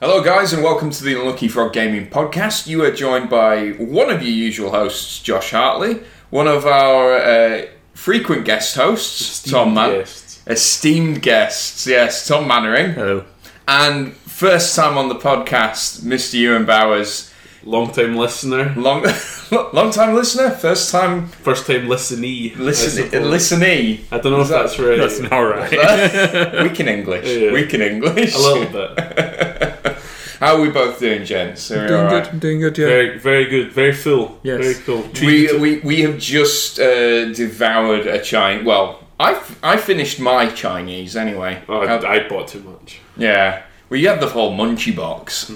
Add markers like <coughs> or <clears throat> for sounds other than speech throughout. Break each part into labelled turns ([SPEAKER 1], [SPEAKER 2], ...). [SPEAKER 1] guys, and welcome to the Unlucky Frog Gaming Podcast. You are joined by one of your usual hosts, Josh Hartley, one of our uh, frequent guest hosts, Tom Man-
[SPEAKER 2] guests.
[SPEAKER 1] esteemed guests, yes, Tom Mannering,
[SPEAKER 2] <laughs>
[SPEAKER 3] Oh.
[SPEAKER 2] Hello.
[SPEAKER 1] and first time on the podcast, Mr. Ewan Bowers,
[SPEAKER 2] Long time listener,
[SPEAKER 1] long <laughs> long time listener, first time
[SPEAKER 2] first time listenee.
[SPEAKER 1] listen
[SPEAKER 2] I, suppose.
[SPEAKER 1] listenee.
[SPEAKER 2] I don't know if
[SPEAKER 1] Is that-
[SPEAKER 2] that's right.
[SPEAKER 3] That's <laughs> not right.
[SPEAKER 1] Weak in English,
[SPEAKER 2] Yeah.
[SPEAKER 1] weak in English.
[SPEAKER 2] A little
[SPEAKER 1] <laughs>
[SPEAKER 2] bit.
[SPEAKER 1] How are we both doing, gents? Are we
[SPEAKER 3] doing
[SPEAKER 1] all right?
[SPEAKER 3] good. I'm doing good. Yeah.
[SPEAKER 2] Very, very good. Very full.
[SPEAKER 3] Yes.
[SPEAKER 2] Very cool.
[SPEAKER 1] We, uh, we, we have just uh, devoured a Chinese. Well, I, f- I finished my Chinese anyway.
[SPEAKER 2] Oh,
[SPEAKER 1] Uh,
[SPEAKER 2] I, I bought too much.
[SPEAKER 1] yeah. Well, you had the whole munchie box.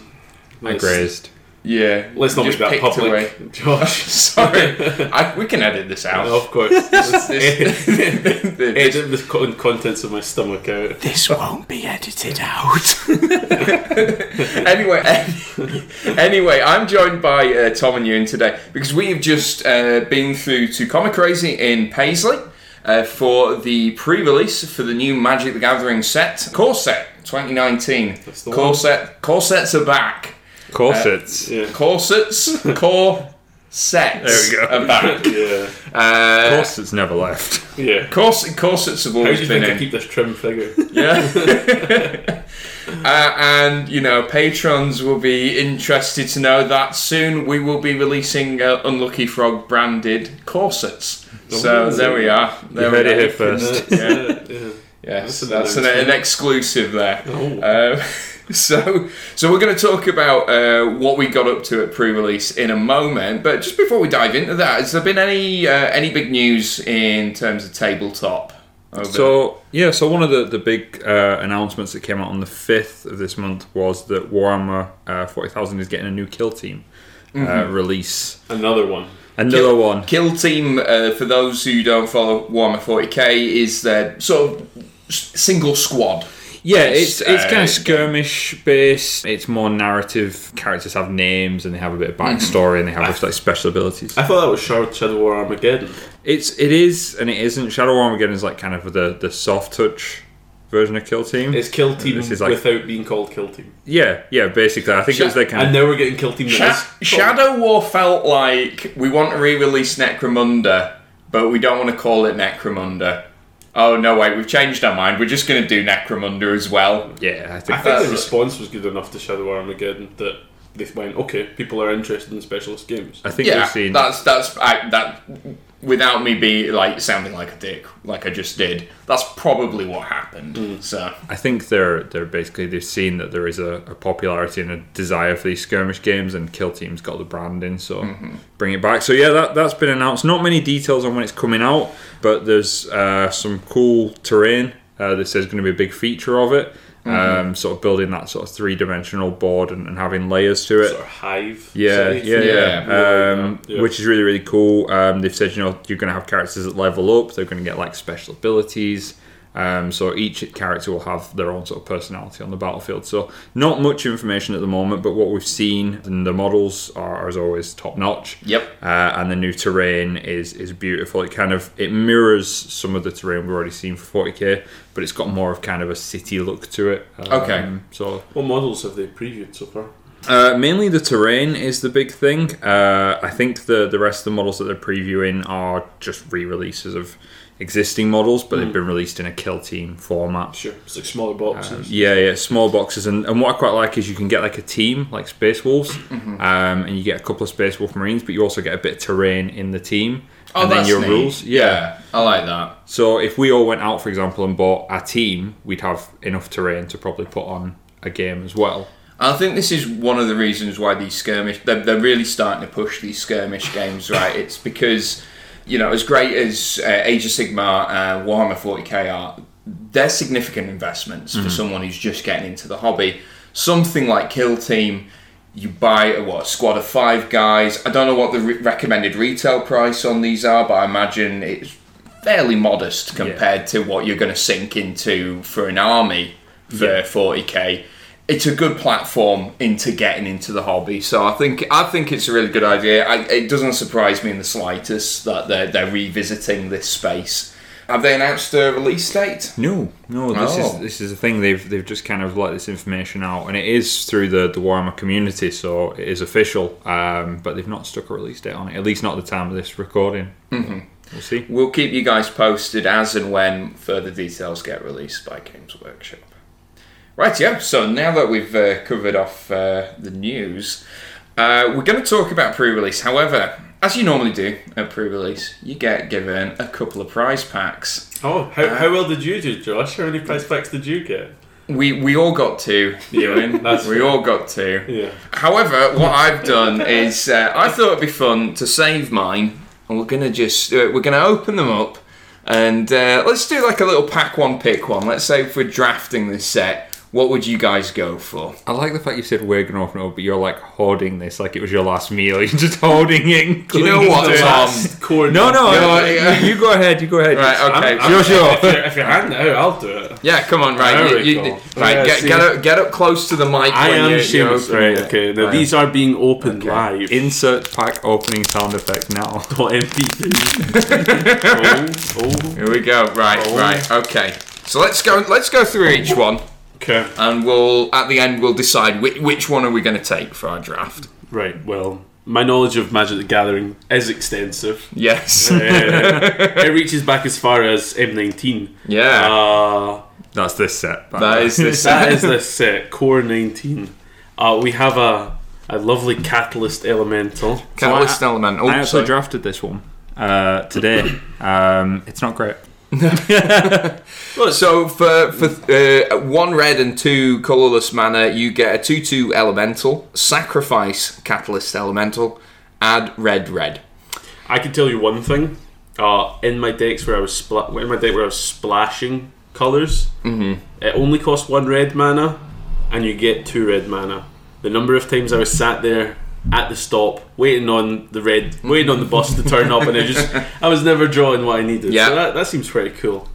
[SPEAKER 3] I grazed.
[SPEAKER 1] Yeah.
[SPEAKER 2] Let's not
[SPEAKER 1] You just
[SPEAKER 2] make that
[SPEAKER 1] picked
[SPEAKER 2] public,
[SPEAKER 1] away. <laughs>
[SPEAKER 2] <laughs> Josh.
[SPEAKER 1] Sorry. I, we can edit this out.
[SPEAKER 2] of course.
[SPEAKER 1] This, <laughs> this-
[SPEAKER 2] Edit the con- contents of my stomach out.
[SPEAKER 3] This won't be edited
[SPEAKER 1] <laughs>
[SPEAKER 3] out.
[SPEAKER 1] anyway, <laughs> anyway, I'm joined by uh, Tom and Ewan today because we have just uh, been through to Comic Crazy in Paisley uh, for the pre-release for the new Magic the Gathering set, core set 2019.
[SPEAKER 2] That's the
[SPEAKER 1] Core
[SPEAKER 2] one.
[SPEAKER 1] set, core sets are back.
[SPEAKER 3] Corsets.
[SPEAKER 2] Yeah. <laughs>
[SPEAKER 1] Corsets, core sets.
[SPEAKER 3] There we go.
[SPEAKER 1] Are back.
[SPEAKER 2] Yeah.
[SPEAKER 1] Uh,
[SPEAKER 3] Corsets never <laughs> left.
[SPEAKER 2] Yeah.
[SPEAKER 1] course, corsets have
[SPEAKER 2] How do
[SPEAKER 1] always
[SPEAKER 2] you
[SPEAKER 1] been
[SPEAKER 2] think I
[SPEAKER 1] in.
[SPEAKER 2] keep this
[SPEAKER 1] <laughs>
[SPEAKER 2] trim figure?
[SPEAKER 1] Yeah. uh, and you know, patrons will be interested to know that soon we will be releasing uh, Unlucky Frog branded corsets. So
[SPEAKER 2] Ooh.
[SPEAKER 1] there we are. There
[SPEAKER 3] Oh, You
[SPEAKER 1] we
[SPEAKER 3] heard it
[SPEAKER 1] are.
[SPEAKER 3] here first.
[SPEAKER 2] Yeah. yeah.
[SPEAKER 1] Yes,
[SPEAKER 2] That's an
[SPEAKER 1] that's an, an
[SPEAKER 2] announcement.
[SPEAKER 1] exclusive there.
[SPEAKER 2] Oh.
[SPEAKER 1] Um, <laughs> so, so we're going to talk about uh, what we got up to at pre-release in a moment. But just before we dive into that, has there been any uh, any big news in terms of tabletop? Over
[SPEAKER 3] So yeah, so one of the the big uh, announcements that came out on the fifth of this month was that Warhammer uh, Forty Thousand is getting a new kill team uh, release.
[SPEAKER 2] Another one.
[SPEAKER 3] Another one.
[SPEAKER 1] Kill Team, uh, for those who don't follow Warhammer 40k, is their sort of s- single squad.
[SPEAKER 3] Yeah, it's it's
[SPEAKER 1] Uh,
[SPEAKER 3] kind of skirmish based. It's more narrative. Characters have names and they have a bit of backstory and they have like special abilities.
[SPEAKER 2] I thought that was Shard Shadow War Armageddon.
[SPEAKER 3] It's it is and it isn't. Shadow Armageddon is like kind of the the soft touch version of Kill Team.
[SPEAKER 2] It's Kill Team
[SPEAKER 3] This is like-
[SPEAKER 2] without being called Kill Team.
[SPEAKER 3] yeah, yeah. Basically, I think it was their kind
[SPEAKER 2] And
[SPEAKER 3] of
[SPEAKER 2] now we're getting Kill Team that
[SPEAKER 1] Sha-
[SPEAKER 2] is-
[SPEAKER 1] Shadow War felt like we want to re-release Necromunda, but we don't want to call it Necromunda. Oh no, wait, we've changed our mind. We're just going to do Necromunda as well.
[SPEAKER 3] yeah. I think
[SPEAKER 2] I think
[SPEAKER 1] That's-
[SPEAKER 2] the response was good enough to Shadow Armageddon that they went, okay, people are interested in specialist games.
[SPEAKER 3] I think
[SPEAKER 1] Yeah,
[SPEAKER 3] we've seen
[SPEAKER 1] that's that's I, that. Without me be like sounding like a dick, like I just did. That's probably what happened.
[SPEAKER 3] Hmm.
[SPEAKER 1] So
[SPEAKER 3] I think they're they're basically they've seen that there is a, a popularity and a desire for these skirmish games, and Kill Team's got the branding, so bring it back. So yeah, that that's been announced. Not many details on when it's coming out, but there's uh, some cool terrain uh, that says going to be a big feature of it. Um, sort of building that sort of three dimensional board and, and having layers to it.
[SPEAKER 2] Sort of Hive.
[SPEAKER 3] Yeah,
[SPEAKER 2] sort of
[SPEAKER 3] yeah,
[SPEAKER 2] thing.
[SPEAKER 3] yeah,
[SPEAKER 2] Yeah.
[SPEAKER 3] Um,
[SPEAKER 2] Yeah.
[SPEAKER 3] which is really, really cool. Um, they've said you know you're going to have characters that level up. They're going to get like special abilities. Um, so each character will have their own sort of personality on the battlefield. So not much information at the moment, but what we've seen and the models are as always top notch.
[SPEAKER 1] Yep.
[SPEAKER 3] Uh, and the new terrain is is beautiful. It kind of it mirrors some of the terrain we've already seen for 40k, but it's got more of kind of a city look to it. Um,
[SPEAKER 1] Okay.
[SPEAKER 3] So
[SPEAKER 2] What models have they previewed so far?
[SPEAKER 3] uh, mainly the terrain is the big thing. Uh, I think the the rest of the models that they're previewing are just re-releases of existing models, but
[SPEAKER 1] Hmm.
[SPEAKER 3] they've been released in a kill team format.
[SPEAKER 2] Sure, it's like smaller boxes.
[SPEAKER 3] Yeah, yeah, small boxes, and, and what I quite like is you can get like a team, like
[SPEAKER 1] <clears throat>
[SPEAKER 3] Space Wolves,
[SPEAKER 1] Mm-hmm.
[SPEAKER 3] um, and you get a couple of Space Wolf Marines, but you also get a bit of terrain in the team,
[SPEAKER 1] Oh,
[SPEAKER 3] and then
[SPEAKER 1] that's
[SPEAKER 3] your
[SPEAKER 1] neat.
[SPEAKER 3] rules. yeah,
[SPEAKER 1] I like that.
[SPEAKER 3] so if we all went out, for example, and bought a team, we'd have enough terrain to probably put on a game as well.
[SPEAKER 1] I think this is one of the reasons why these skirmish they're, they're really starting to push these skirmish games, right? It's because you know as great as uh, Age of Sigmar and Warhammer 40k are, they're significant investments for someone who's just getting into the hobby. Something like Kill Team, you buy a what a squad of five guys. I don't know what the re- recommended retail price on these are, but I imagine it's fairly modest compared to what you're going to sink into for an army for 40k. It's a good platform into getting into the hobby, so I think I think it's a really good idea. I, it doesn't surprise me in the slightest that they're they're revisiting this space Have they announced a release date?
[SPEAKER 3] No, no. This
[SPEAKER 1] Oh.
[SPEAKER 3] is this is the thing. They've they've just kind of let this information out, and it is through the the Warhammer community, so it is official. Um, but they've not stuck a release date on it, at least not at the time of this recording. We'll see.
[SPEAKER 1] We'll keep you guys posted as and when further details get released by Games Workshop. Right, yeah, so now that we've uh, covered off uh, the news, uh, we're going to talk about pre release. However, as you normally do at pre release, you get given a couple of prize packs.
[SPEAKER 2] Oh, how,
[SPEAKER 1] uh,
[SPEAKER 2] how well did you do, Josh? How many price packs did you get?
[SPEAKER 1] We, we all got two,
[SPEAKER 2] <laughs> Yeah,
[SPEAKER 1] Ewan.
[SPEAKER 2] that's
[SPEAKER 1] we
[SPEAKER 2] fair.
[SPEAKER 1] all got two.
[SPEAKER 2] Yeah.
[SPEAKER 1] However, what I've done is uh, I thought it'd be fun to save mine, and we're gonna just uh, we're gonna open them up, and uh, let's do like a little pack one, pick one. Let's say if we're drafting this set, what would you guys go for?
[SPEAKER 3] I like the fact you said we're gonna open it up, but you're like hoarding this, like it was your last meal. <laughs> You're just hoarding it.
[SPEAKER 1] Do you know what,
[SPEAKER 2] The
[SPEAKER 1] Tom?
[SPEAKER 2] last core-
[SPEAKER 3] <laughs> No, no.
[SPEAKER 1] No,
[SPEAKER 3] I-
[SPEAKER 1] yeah.
[SPEAKER 3] You go ahead. You go ahead.
[SPEAKER 1] Right,
[SPEAKER 3] I'm-
[SPEAKER 1] okay.
[SPEAKER 3] I'm- you're sure.
[SPEAKER 2] If you're, if you're handing it out, I'll do it.
[SPEAKER 1] Yeah, come on, right,
[SPEAKER 2] There
[SPEAKER 1] you,
[SPEAKER 2] we
[SPEAKER 1] you,
[SPEAKER 2] go.
[SPEAKER 1] right,
[SPEAKER 2] Yeah,
[SPEAKER 1] get,
[SPEAKER 2] see.
[SPEAKER 1] get up, get up close to the mic.
[SPEAKER 2] I
[SPEAKER 1] when
[SPEAKER 2] am
[SPEAKER 1] you, you
[SPEAKER 2] Seamus.
[SPEAKER 1] open
[SPEAKER 2] Right,
[SPEAKER 1] it.
[SPEAKER 2] okay. Now,
[SPEAKER 1] Right.
[SPEAKER 2] these are being opened live. <laughs>
[SPEAKER 3] Insert pack opening sound effect now.
[SPEAKER 2] MP3. <laughs> oh, oh.
[SPEAKER 1] Here we go. Right,
[SPEAKER 2] Oh.
[SPEAKER 1] right, okay. So let's go. Let's go through each one,
[SPEAKER 2] Okay.
[SPEAKER 1] and we'll at the end we'll decide which, which one are we going to take for our draft.
[SPEAKER 2] Right, well, my knowledge of Magic the Gathering is extensive.
[SPEAKER 1] Yes.
[SPEAKER 2] Uh, it reaches back as far as M19.
[SPEAKER 1] <laughs> yeah.
[SPEAKER 2] Uh,
[SPEAKER 3] <laughs> That's this set. by the
[SPEAKER 1] That
[SPEAKER 3] way.
[SPEAKER 1] is
[SPEAKER 3] <laughs>
[SPEAKER 1] the
[SPEAKER 2] <laughs> that
[SPEAKER 1] set.
[SPEAKER 2] is the set, Core 19. Uh, we have a, a lovely Catalyst Elemental.
[SPEAKER 1] Catalyst
[SPEAKER 3] So
[SPEAKER 1] element. Oh,
[SPEAKER 3] I actually
[SPEAKER 1] sorry.
[SPEAKER 3] drafted this one uh, today. um, it's not great.
[SPEAKER 1] so for for uh, one red and two colorless mana, you get a two-two elemental. Sacrifice catalyst elemental. Add red red.
[SPEAKER 2] I can tell you one thing. Uh, in my decks where I was spl- in my deck where I was splashing colors,
[SPEAKER 3] Mm-hmm.
[SPEAKER 2] it only cost one red mana, and you get two red mana. The number of times I was sat there at the stop waiting on the red, waiting on the bus to turn up, and I just I was never drawing what I needed.
[SPEAKER 1] Yeah.
[SPEAKER 2] so that, that seems pretty cool.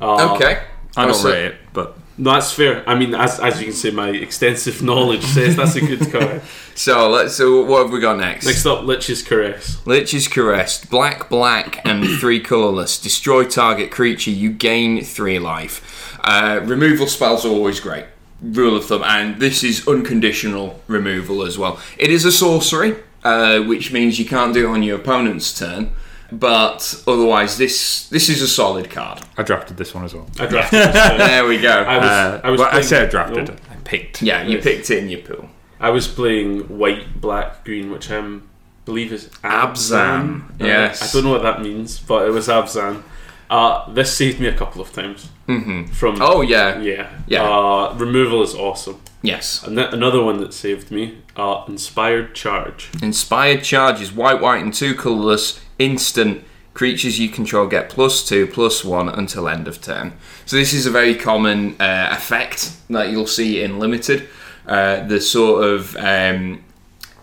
[SPEAKER 2] Uh,
[SPEAKER 1] Okay.
[SPEAKER 3] Ah. I don't
[SPEAKER 1] Also-
[SPEAKER 3] rate it, but
[SPEAKER 2] no, that's fair. I mean, as, as you can see, my extensive knowledge says that's a good
[SPEAKER 3] <laughs>
[SPEAKER 2] card.
[SPEAKER 1] So let's. So what have we got next?
[SPEAKER 2] Next up, Lich's Caress.
[SPEAKER 1] Lich is caressed. Black, black,
[SPEAKER 2] <clears throat>
[SPEAKER 1] and three colorless. Destroy target creature. You gain three life. Uh, removal spells are always great. Rule of thumb, and this is unconditional removal as well. It is a sorcery, uh, which means you can't do it on your opponent's turn. But otherwise, this this is a solid
[SPEAKER 2] <laughs>
[SPEAKER 1] card.
[SPEAKER 3] I drafted this one as well.
[SPEAKER 2] I drafted
[SPEAKER 3] <laughs>
[SPEAKER 2] this one.
[SPEAKER 1] There we go.
[SPEAKER 2] I was,
[SPEAKER 3] Uh,
[SPEAKER 2] I was
[SPEAKER 3] well, I
[SPEAKER 2] playing- Oh.
[SPEAKER 3] said I drafted.
[SPEAKER 2] No.
[SPEAKER 3] I picked.
[SPEAKER 1] yeah, you picked it in your pool.
[SPEAKER 2] I was playing white, black, green, which I um, believe is
[SPEAKER 1] Abzan.
[SPEAKER 2] Uh,
[SPEAKER 1] Yes.
[SPEAKER 2] I don't know what that means, but it was Abzan. Uh, this saved me a couple of times. Mm-hmm. From
[SPEAKER 1] Oh yeah,
[SPEAKER 2] yeah
[SPEAKER 1] Yeah.
[SPEAKER 2] Uh, removal is awesome.
[SPEAKER 1] yes.
[SPEAKER 2] And th- another one that saved me. Uh, inspired charge.
[SPEAKER 1] Inspired charges white, white, and two colorless. Instant creatures you control get plus two, plus one until end of turn. So this is a very common uh, effect that you'll see in limited. Uh, the sort of um,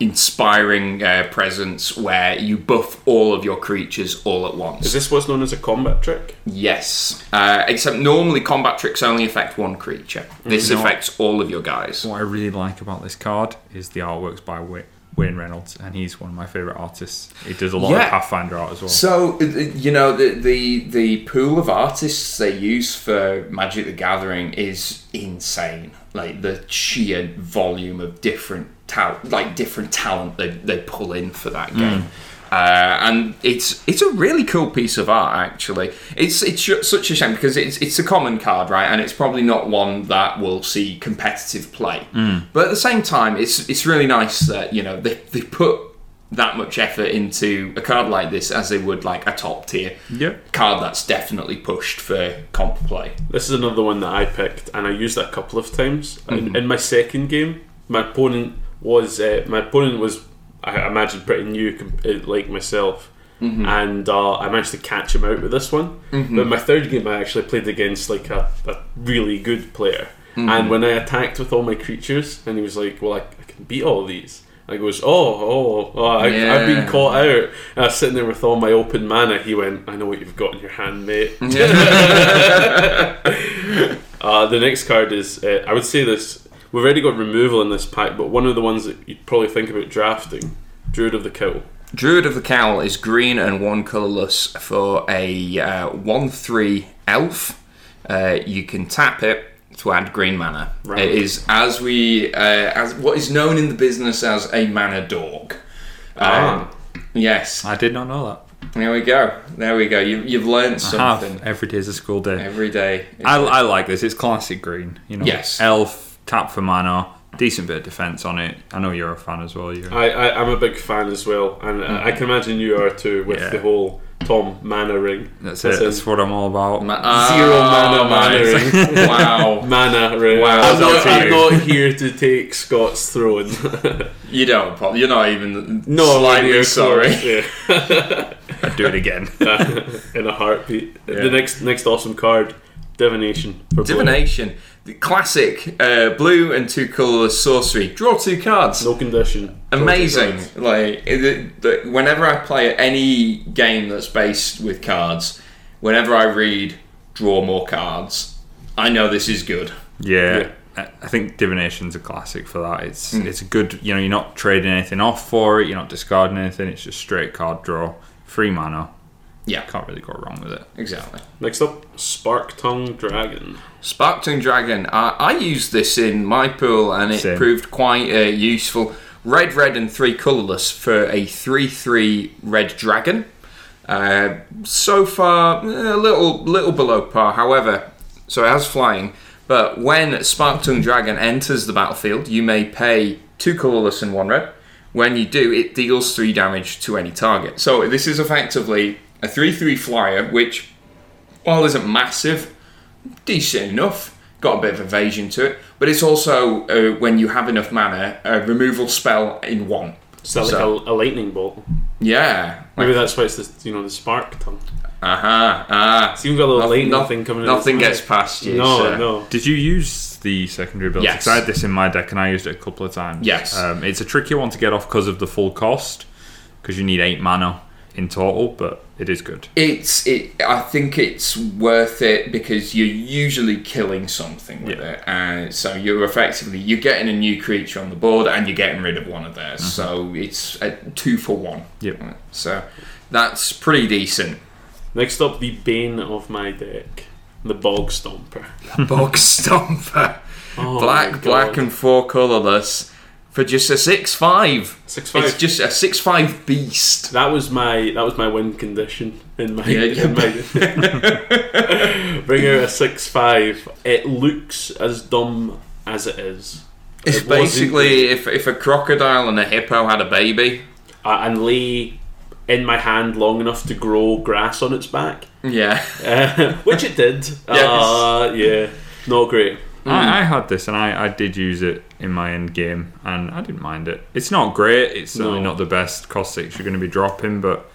[SPEAKER 1] inspiring uh, presence where you buff all of your creatures all at once.
[SPEAKER 2] Is this what's known as a combat trick?
[SPEAKER 1] Yes. Uh, except normally combat tricks only affect one creature. This
[SPEAKER 3] No.
[SPEAKER 1] affects all of your guys.
[SPEAKER 3] What I really like about this card is the artworks by Wa- Wayne Reynolds, and he's one of my favorite artists. He does a lot
[SPEAKER 1] Yeah.
[SPEAKER 3] of Pathfinder art as well.
[SPEAKER 1] So uh, you know the, the the pool of artists they use for Magic the Gathering is insane. Like the sheer volume of different tal- like different talent they, they pull in for
[SPEAKER 3] Hmm.
[SPEAKER 1] that game. Uh, and it's it's a really cool piece of art actually. It's it's ju- such a shame because it's it's a common card right, and it's probably not one that will see competitive play.
[SPEAKER 3] Hmm.
[SPEAKER 1] But at the same time, it's it's really nice that you know they, they put that much effort into a card like this as they would like a top tier
[SPEAKER 3] Yep.
[SPEAKER 1] card that's definitely pushed for comp play.
[SPEAKER 2] This is another one that I picked, and I used it a couple of times. In, in my second game, my opponent was uh, my opponent was I imagine pretty new, com- uh, like myself, and uh, I managed to catch him out with this one. But in my third game, I actually played against like a, a really good player, and when I attacked with all my creatures, and he was like, "Well, I, I can beat all these." I goes, oh, oh, oh I, I've
[SPEAKER 1] Yeah.
[SPEAKER 2] been caught out. And I was sitting there with all my open mana. He went, I know what you've got in your hand, mate. Uh, the next card is, uh, I would say this, we've already got removal in this pack, but one of the ones that you'd probably think about drafting, Druid of the Kill.
[SPEAKER 1] <laughs> Druid of the Cowl is green and one colourless for a uh, 1 3 elf. Uh, you can tap it to add green mana.
[SPEAKER 2] Right.
[SPEAKER 1] It is as we uh, as what is known in the business as a mana dog. Um,
[SPEAKER 2] Ah.
[SPEAKER 1] Yes.
[SPEAKER 3] I did not know that.
[SPEAKER 1] There we go. There we go. You, you've learned something
[SPEAKER 3] Half every day is a school day.
[SPEAKER 1] every day.
[SPEAKER 3] I, I like this. It's classic green. You know,
[SPEAKER 1] Yes.
[SPEAKER 3] elf tap for mana, decent bit of defense on it. I know you're a fan as well. You're
[SPEAKER 2] I, I, I'm a big fan as well, and uh, I I can imagine you are too with
[SPEAKER 3] Yeah.
[SPEAKER 2] the whole Tom Mana ring.
[SPEAKER 3] that's it. That's what I'm all about.
[SPEAKER 1] Ma- ah,
[SPEAKER 2] Zero mana mana
[SPEAKER 3] <laughs>
[SPEAKER 1] nice. <laughs> wow.
[SPEAKER 2] <laughs> Mana ring.
[SPEAKER 1] Wow.
[SPEAKER 2] I'm,
[SPEAKER 3] That's
[SPEAKER 2] not,
[SPEAKER 3] up to
[SPEAKER 2] I'm
[SPEAKER 3] you.
[SPEAKER 2] not here to take Scott's throne.
[SPEAKER 1] You don't. Paul. You're not even.
[SPEAKER 2] no,
[SPEAKER 1] slightly
[SPEAKER 2] you're
[SPEAKER 1] sorry.
[SPEAKER 2] close, yeah. <laughs>
[SPEAKER 3] I'd do it again.
[SPEAKER 2] In a heartbeat.
[SPEAKER 3] Yeah.
[SPEAKER 2] The next next awesome card, divination. For blue.
[SPEAKER 1] <laughs> Divination, the classic uh, blue and two colorless sorcery. Draw two cards.
[SPEAKER 2] No condition.
[SPEAKER 1] Amazing. Like it- it- the- whenever I play any game that's based with cards, whenever I read draw more cards, I know this is good.
[SPEAKER 3] Yeah.
[SPEAKER 2] Yeah.
[SPEAKER 3] I I think divination's a classic for that. It's
[SPEAKER 1] Mm.
[SPEAKER 3] it's a good you know, you're not trading anything off for it, you're not discarding anything, it's just straight card draw. Free mana.
[SPEAKER 1] Yeah,
[SPEAKER 3] Can't really go wrong with it.
[SPEAKER 1] exactly.
[SPEAKER 2] Next up, Spark Tongue Dragon.
[SPEAKER 1] Sparkling Dragon. I, I used this in my pool and it
[SPEAKER 3] Same.
[SPEAKER 1] proved quite uh, useful. Red, red, and three colourless for a 3 3 red dragon. Uh, so far, eh, a little, little below par, however, so it has flying. But when Sparkling Dragon enters the battlefield, you may pay two colourless and one red. When you do, it deals three damage to any target. So this is effectively a 3 3 flyer, which, while isn't massive, decent enough. Got a bit of evasion to it, but it's also uh, when you have enough mana, a removal spell in one.
[SPEAKER 2] Is that like
[SPEAKER 1] So-
[SPEAKER 2] a, a lightning bolt?
[SPEAKER 1] Yeah. Aha.
[SPEAKER 2] Maybe that's why it's the you know the spark tongue.
[SPEAKER 1] Ah.
[SPEAKER 2] It's even got a little lightning
[SPEAKER 1] noth-
[SPEAKER 2] thing coming. out of
[SPEAKER 1] Nothing
[SPEAKER 2] its
[SPEAKER 1] gets past you.
[SPEAKER 2] No,
[SPEAKER 1] so-
[SPEAKER 2] no.
[SPEAKER 3] Did you use the secondary ability?
[SPEAKER 1] Yes.
[SPEAKER 3] 'Cause I had this in my deck and I used it a couple of times.
[SPEAKER 1] Yes.
[SPEAKER 3] Um, it's a tricky one to get off because of the full cost, because you need eight mana in total, but it is good.
[SPEAKER 1] It's it. I think it's worth it because you're usually killing something with
[SPEAKER 3] Yeah.
[SPEAKER 1] it, and so you're effectively you're getting a new creature on the board and you're getting rid of one of theirs. So it's a two for one.
[SPEAKER 3] Yep.
[SPEAKER 1] So that's pretty decent.
[SPEAKER 2] Next up, the bane of my deck, the bog stomper.
[SPEAKER 1] Bog Stomper.
[SPEAKER 2] Oh my
[SPEAKER 1] black,
[SPEAKER 2] God.
[SPEAKER 1] black, and four colourless for just a six five.
[SPEAKER 2] Six five.
[SPEAKER 1] It's just a six five beast.
[SPEAKER 2] that was my that was my win condition in my,
[SPEAKER 1] Yeah, yeah.
[SPEAKER 2] in my <laughs> bring out a six five. It looks as dumb as it is.
[SPEAKER 1] It's
[SPEAKER 2] It wasn't
[SPEAKER 1] basically if, if a crocodile and a hippo had a baby.
[SPEAKER 2] uh, and lay in my hand long enough to grow grass on its back,
[SPEAKER 1] Yeah.
[SPEAKER 2] uh, <laughs> which it <laughs> did. Uh, yeah, not great.
[SPEAKER 3] I, I had this and I, I did use it in my end game and I didn't mind it. It's not great. It's certainly
[SPEAKER 2] No.
[SPEAKER 3] not the best cost six you're going to be dropping, but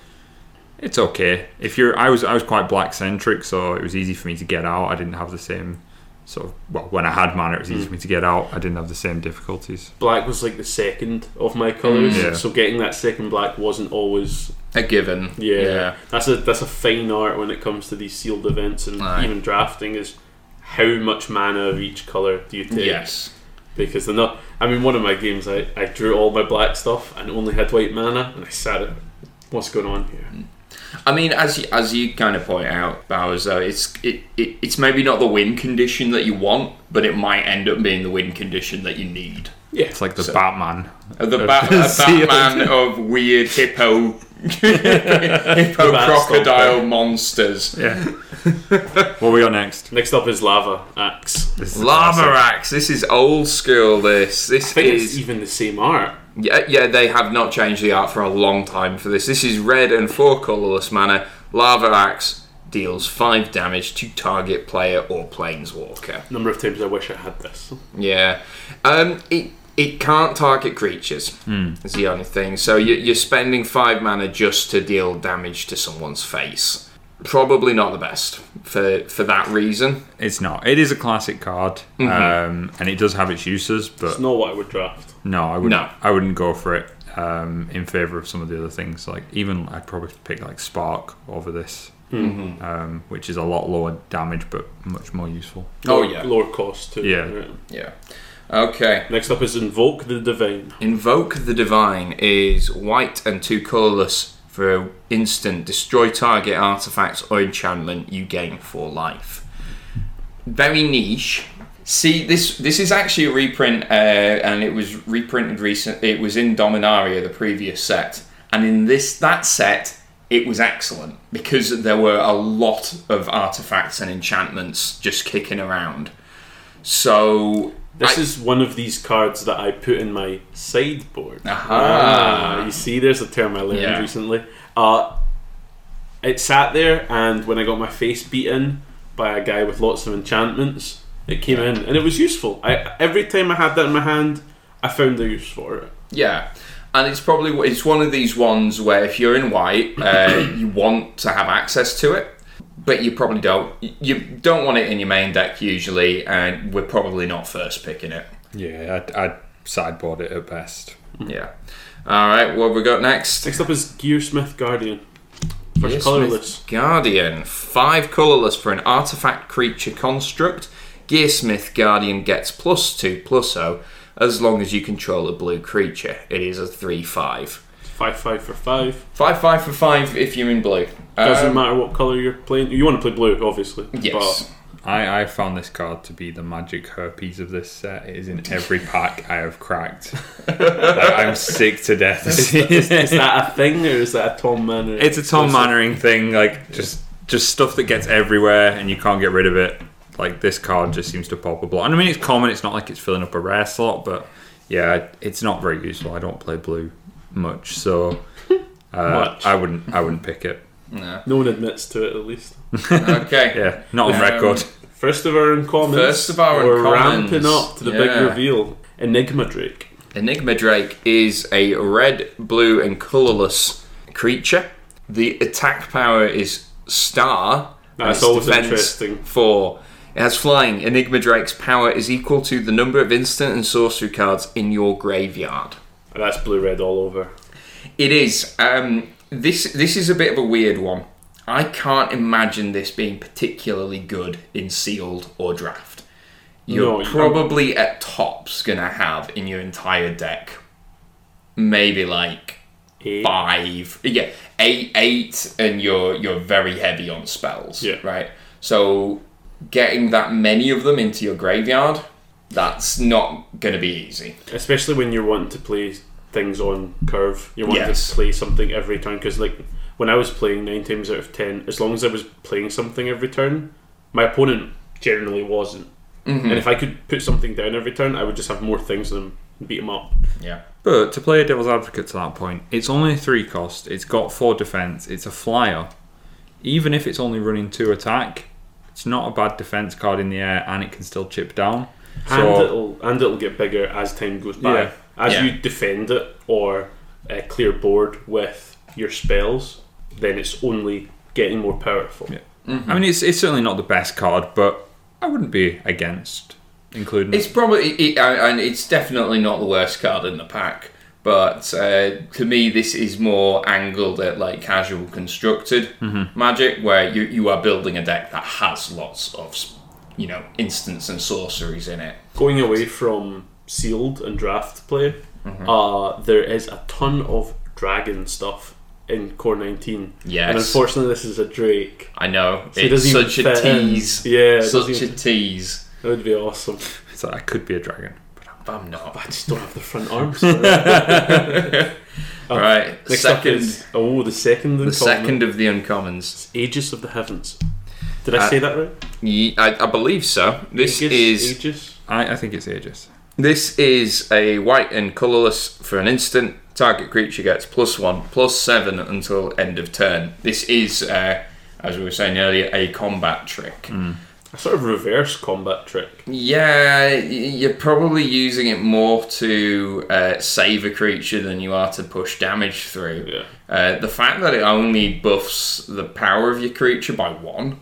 [SPEAKER 3] it's okay. If you're, I was I was quite black centric, so it was easy for me to get out. I didn't have the same sort of well when I had mana, it was easy for me to get out. I didn't have the same difficulties.
[SPEAKER 2] black was like the second of my colours,
[SPEAKER 3] Mm. Yeah.
[SPEAKER 2] so getting that second black wasn't always
[SPEAKER 1] A given.
[SPEAKER 2] yeah. That's a that's a fine art when it comes to these sealed events and
[SPEAKER 1] Aye.
[SPEAKER 2] even drafting is how much mana of each colour do you take?
[SPEAKER 1] Yes.
[SPEAKER 2] Because they're not I mean one of my games I, I drew all my black stuff and only had white mana and I sat it. What's going on here?
[SPEAKER 1] I mean, as you, as you kind of point out, Bowers, though, it's it, it it's maybe not the win condition that you want, but it might end up being the win condition that you need.
[SPEAKER 2] Yeah.
[SPEAKER 3] It's like the
[SPEAKER 1] So-
[SPEAKER 3] Batman.
[SPEAKER 1] The
[SPEAKER 3] Of
[SPEAKER 1] ba- a
[SPEAKER 3] sealed.
[SPEAKER 1] Batman of weird
[SPEAKER 2] <laughs>
[SPEAKER 1] hippo, hippo
[SPEAKER 2] Bat
[SPEAKER 1] crocodile monsters.
[SPEAKER 3] Yeah. what we got next?
[SPEAKER 2] Next up is lava axe.
[SPEAKER 3] This is a
[SPEAKER 1] Lava
[SPEAKER 3] classic.
[SPEAKER 1] Axe. This is old school. This.
[SPEAKER 2] I
[SPEAKER 1] This
[SPEAKER 2] think it's
[SPEAKER 1] is.
[SPEAKER 2] even the same art.
[SPEAKER 1] Yeah, yeah. They have not changed the art for a long time for this. This is red and four colorless mana. Lava Axe deals five damage to target player or planeswalker.
[SPEAKER 2] Number of times I wish I had this.
[SPEAKER 1] Yeah. Um, it it can't target creatures. Is the only thing. So you, you're spending five mana just to deal damage to someone's face. Probably not the best for for that reason.
[SPEAKER 3] It's not. It is a classic card, um, and it does have its uses, but
[SPEAKER 2] It's not what I would draft.
[SPEAKER 3] No, I wouldn't.
[SPEAKER 1] No.
[SPEAKER 3] I wouldn't go for it um, in favor of some of the other things. Like even I'd probably pick like Spark over this, um, which is a lot lower damage but much more useful.
[SPEAKER 1] Oh,
[SPEAKER 2] Lower-
[SPEAKER 1] yeah.
[SPEAKER 2] Lower cost too.
[SPEAKER 3] Yeah.
[SPEAKER 2] Right.
[SPEAKER 1] Yeah. Okay.
[SPEAKER 2] Next up is Invoke the Divine.
[SPEAKER 1] Invoke the Divine is white and two colourless for instant. Destroy target artifacts or enchantment you gain for life. Very niche. See, this this is actually a reprint, uh, and it was reprinted recent. It was in Dominaria, the previous set, and in this that set, it was excellent because there were a lot of artifacts and enchantments just kicking around. So
[SPEAKER 2] This
[SPEAKER 1] I-
[SPEAKER 2] is one of these cards that I put in my sideboard.
[SPEAKER 1] Aha.
[SPEAKER 2] Ah, you see, there's a term I learned
[SPEAKER 1] Yeah.
[SPEAKER 2] recently. Uh, it sat there, and when I got my face beaten by a guy with lots of enchantments, it came in, and it was useful. I every time I had that in my hand, I found a use for it.
[SPEAKER 1] Yeah, and it's probably it's one of these ones where if you're in white, uh, you want to have access to it, but you probably don't. You don't want it in your main deck usually, and we're probably not first picking it.
[SPEAKER 3] Yeah, I'd, I'd sideboard it at best.
[SPEAKER 1] Yeah. All right, what have we got next?
[SPEAKER 2] Next up is Gearsmith Guardian. First colorless.
[SPEAKER 1] Guardian. Five colorless for an artifact creature construct. Gearsmith Guardian gets plus two plus O as long as you control a blue creature. It is a three five.
[SPEAKER 2] Five five for five.
[SPEAKER 1] Five five for five if you're in blue.
[SPEAKER 2] Doesn't
[SPEAKER 1] Um,
[SPEAKER 2] matter what color you're playing. You want to play blue, obviously.
[SPEAKER 1] Yes.
[SPEAKER 2] But
[SPEAKER 3] I, I found this card to be the magic herpes of this set. It is in every pack I have <laughs> cracked. I, am sick to death. <laughs>
[SPEAKER 2] is that a thing or is that a Tom Manor?
[SPEAKER 3] it's a Tom
[SPEAKER 2] exclusive?
[SPEAKER 3] Mannering thing, like just just stuff that gets everywhere and you can't get rid of it. Like this card just seems to pop up a lot. And I mean, it's common. It's not like it's filling up a rare slot, but yeah, it's not very useful. I don't play blue much, so uh,
[SPEAKER 2] <laughs> Much.
[SPEAKER 3] I wouldn't I wouldn't pick it.
[SPEAKER 2] No one admits to it, at least. <laughs>
[SPEAKER 1] okay.
[SPEAKER 3] Yeah, not on
[SPEAKER 1] Um,
[SPEAKER 3] record. <laughs>
[SPEAKER 2] First of our uncommons.
[SPEAKER 1] First of our
[SPEAKER 2] We're
[SPEAKER 1] uncommons.
[SPEAKER 2] ramping up to the
[SPEAKER 1] Yeah.
[SPEAKER 2] big reveal. Enigma Drake.
[SPEAKER 1] Enigma Drake is a red, blue, and colourless creature. The attack power is star. and
[SPEAKER 2] That's
[SPEAKER 1] its
[SPEAKER 2] always
[SPEAKER 1] defense
[SPEAKER 2] interesting.
[SPEAKER 1] Four. It has flying. Enigma Drake's power is equal to the number of instant and sorcery cards in your graveyard.
[SPEAKER 2] That's blue red all over.
[SPEAKER 1] It is. Um, this this is a bit of a weird one. I can't imagine this being particularly good in sealed or draft. You're
[SPEAKER 2] No, you-
[SPEAKER 1] probably at tops gonna have in your entire deck, maybe like
[SPEAKER 2] Eight.
[SPEAKER 1] five, yeah, eight, eight, and you're you're very heavy on spells,
[SPEAKER 2] Yeah.
[SPEAKER 1] right? So getting that many of them into your graveyard, that's not gonna be easy.
[SPEAKER 2] Especially when you're wanting to play things on curve. You're wanting
[SPEAKER 1] Yes.
[SPEAKER 2] to play something every turn. Because, like, when I was playing nine times out of ten, as long as I was playing something every turn, my opponent generally wasn't.
[SPEAKER 1] Mm-hmm.
[SPEAKER 2] And if I could put something down every turn, I would just have more things than them and beat them up.
[SPEAKER 1] Yeah.
[SPEAKER 3] But to play a devil's advocate to that point, it's only three cost. It's got four defense. It's a flyer. Even if it's only running two attack, it's not a bad defense card in the air, and it can still chip down.
[SPEAKER 2] and
[SPEAKER 3] So
[SPEAKER 2] it'll and it'll get bigger as time goes by.
[SPEAKER 3] Yeah.
[SPEAKER 2] As
[SPEAKER 1] Yeah.
[SPEAKER 2] you defend it or uh, clear board with your spells, then it's only getting more powerful.
[SPEAKER 3] Mm-hmm. I mean, it's it's certainly not the best card, but I wouldn't be against including.
[SPEAKER 1] It's probably it, and and it's definitely not the worst card in the pack. But uh, to me, this is more angled at like casual constructed
[SPEAKER 2] Mm-hmm.
[SPEAKER 1] magic, where you you are building a deck that has lots of you know instants and sorceries in it.
[SPEAKER 2] Going away from sealed and draft play,
[SPEAKER 1] Mm-hmm.
[SPEAKER 2] uh, there is a ton of dragon stuff in core nineteen.
[SPEAKER 1] Yes.
[SPEAKER 2] And unfortunately, this is a Drake.
[SPEAKER 1] I know
[SPEAKER 2] it
[SPEAKER 1] it's
[SPEAKER 2] doesn't even
[SPEAKER 1] such a
[SPEAKER 2] fit in.
[SPEAKER 1] tease.
[SPEAKER 2] Yeah, it
[SPEAKER 1] such
[SPEAKER 2] doesn't
[SPEAKER 1] a
[SPEAKER 2] even-
[SPEAKER 1] tease.
[SPEAKER 2] That would be awesome.
[SPEAKER 3] so I could be a dragon.
[SPEAKER 1] But I'm not.
[SPEAKER 2] I just don't have the front
[SPEAKER 1] <laughs>
[SPEAKER 2] arms. for it.
[SPEAKER 1] All right,
[SPEAKER 2] Next up
[SPEAKER 1] second,
[SPEAKER 2] is oh the second
[SPEAKER 1] the
[SPEAKER 2] uncommon.
[SPEAKER 1] second of the uncommons.
[SPEAKER 2] Aegis of the Heavens. Did I say that right?
[SPEAKER 1] Ye- I, I believe so. This
[SPEAKER 2] Aegis,
[SPEAKER 1] is
[SPEAKER 2] Aegis.
[SPEAKER 3] I, I think it's Aegis.
[SPEAKER 1] This is a white and colourless for an instant. Target creature gets plus one, plus seven until end of turn. This is, uh, as we were saying earlier, a combat trick.
[SPEAKER 2] a sort of reverse combat trick.
[SPEAKER 1] Yeah, y- you're probably using it more to uh, save a creature than you are to push damage through.
[SPEAKER 2] Yeah.
[SPEAKER 1] Uh, the fact that it only buffs the power of your creature by one,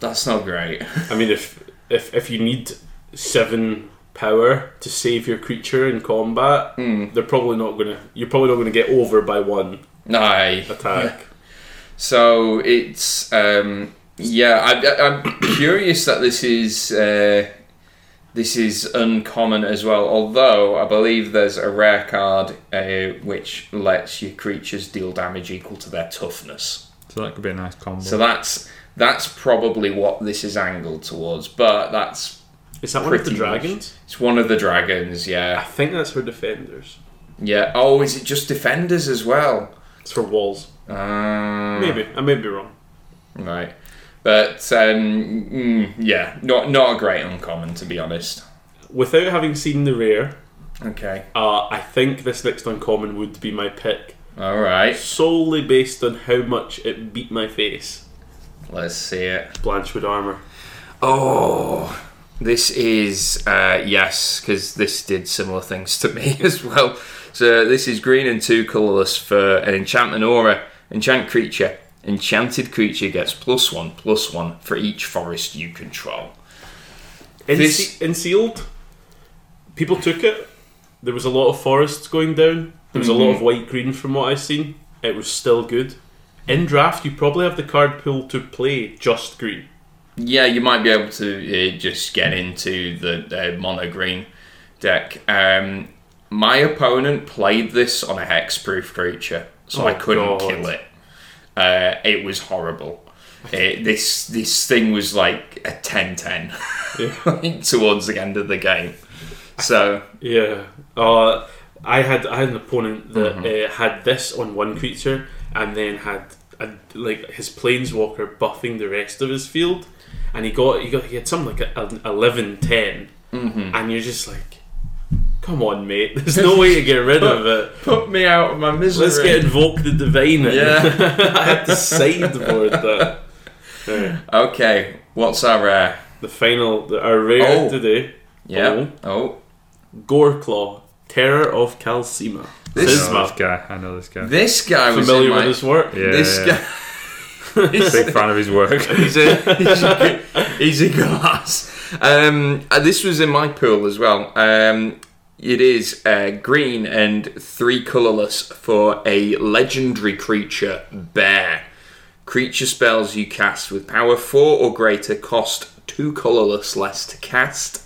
[SPEAKER 1] that's not great. <laughs>
[SPEAKER 2] I mean, if if if you need seven power to save your creature in combat,
[SPEAKER 1] Hmm.
[SPEAKER 2] they're probably not gonna. You're probably not gonna get over by one
[SPEAKER 1] Aye.
[SPEAKER 2] attack.
[SPEAKER 1] So it's um, yeah, I, I, I'm curious that this is uh, This is uncommon as well, although I believe there's a rare card uh, which lets your creatures deal damage equal to their toughness.
[SPEAKER 3] So that could be a nice combo.
[SPEAKER 1] So that's that's probably what this is angled towards, but that's
[SPEAKER 2] Is that one of the
[SPEAKER 1] pretty much-
[SPEAKER 2] dragons?
[SPEAKER 1] It's one of the dragons,
[SPEAKER 2] I
[SPEAKER 1] yeah,
[SPEAKER 2] think that's for defenders.
[SPEAKER 1] yeah. Oh, is it just defenders as well?
[SPEAKER 2] It's for walls.
[SPEAKER 1] Um,
[SPEAKER 2] Maybe I may be wrong.
[SPEAKER 1] Right. But um, mm, yeah, not not a great uncommon to be honest.
[SPEAKER 2] Without having seen the rare,
[SPEAKER 1] Okay.
[SPEAKER 2] uh, I think this next uncommon would be my pick
[SPEAKER 1] All right.
[SPEAKER 2] solely based on how much it beat my face.
[SPEAKER 1] Let's see it.
[SPEAKER 2] Blanchwood armor.
[SPEAKER 1] Oh, this is uh, yes, because this did similar things to me <laughs> as well. So this is green and two colorless for an enchantment aura. Enchant creature. Enchanted creature gets plus one, plus one for each forest you control.
[SPEAKER 2] In,
[SPEAKER 1] This-
[SPEAKER 2] Se- in sealed, people took it. There was a lot of forests going down. There was a lot of white green from what I've seen. It was still good. In draft, you probably have the card pool to play just green.
[SPEAKER 1] Yeah, you might be able to uh, just get into the uh, mono green deck. Um, my opponent played this on a hexproof creature, so I
[SPEAKER 2] Oh,
[SPEAKER 1] couldn't
[SPEAKER 2] God.
[SPEAKER 1] kill it. Uh, it was horrible. It, this this thing was like a 10-10 <laughs> towards the end of the game. So
[SPEAKER 2] Yeah. Uh, I had I had an opponent that
[SPEAKER 1] Mm-hmm.
[SPEAKER 2] uh, had this on one creature, and then had a, like his planeswalker buffing the rest of his field, and he got he got he had something like a, an 11 10
[SPEAKER 1] Mm-hmm.
[SPEAKER 2] and you're just like, come on, mate. <laughs> There's no way to get rid of it.
[SPEAKER 1] <laughs> put me out of my misery.
[SPEAKER 2] Let's get invoke the divine. In.
[SPEAKER 1] Yeah.
[SPEAKER 2] <laughs> I had to sideboard
[SPEAKER 1] <laughs>
[SPEAKER 2] that. Yeah.
[SPEAKER 1] okay, what's our rare?
[SPEAKER 2] The final, the, our rare
[SPEAKER 1] Oh.
[SPEAKER 2] today.
[SPEAKER 1] Yeah. Oh.
[SPEAKER 2] Goreclaw, Terror of Calcima.
[SPEAKER 1] This-
[SPEAKER 3] I know
[SPEAKER 2] Sisma.
[SPEAKER 3] this guy. I know this guy.
[SPEAKER 1] This guy was in
[SPEAKER 2] familiar
[SPEAKER 1] my,
[SPEAKER 2] with his work.
[SPEAKER 3] yeah,
[SPEAKER 1] This
[SPEAKER 3] yeah,
[SPEAKER 1] guy.
[SPEAKER 3] big fan of his work. <laughs>
[SPEAKER 1] he's a he's a, he's a glass. Um, uh, this was in my pool as well. Um, it is uh, green and three colorless for a legendary creature bear. Creature spells you cast with power four or greater cost two colorless less to cast.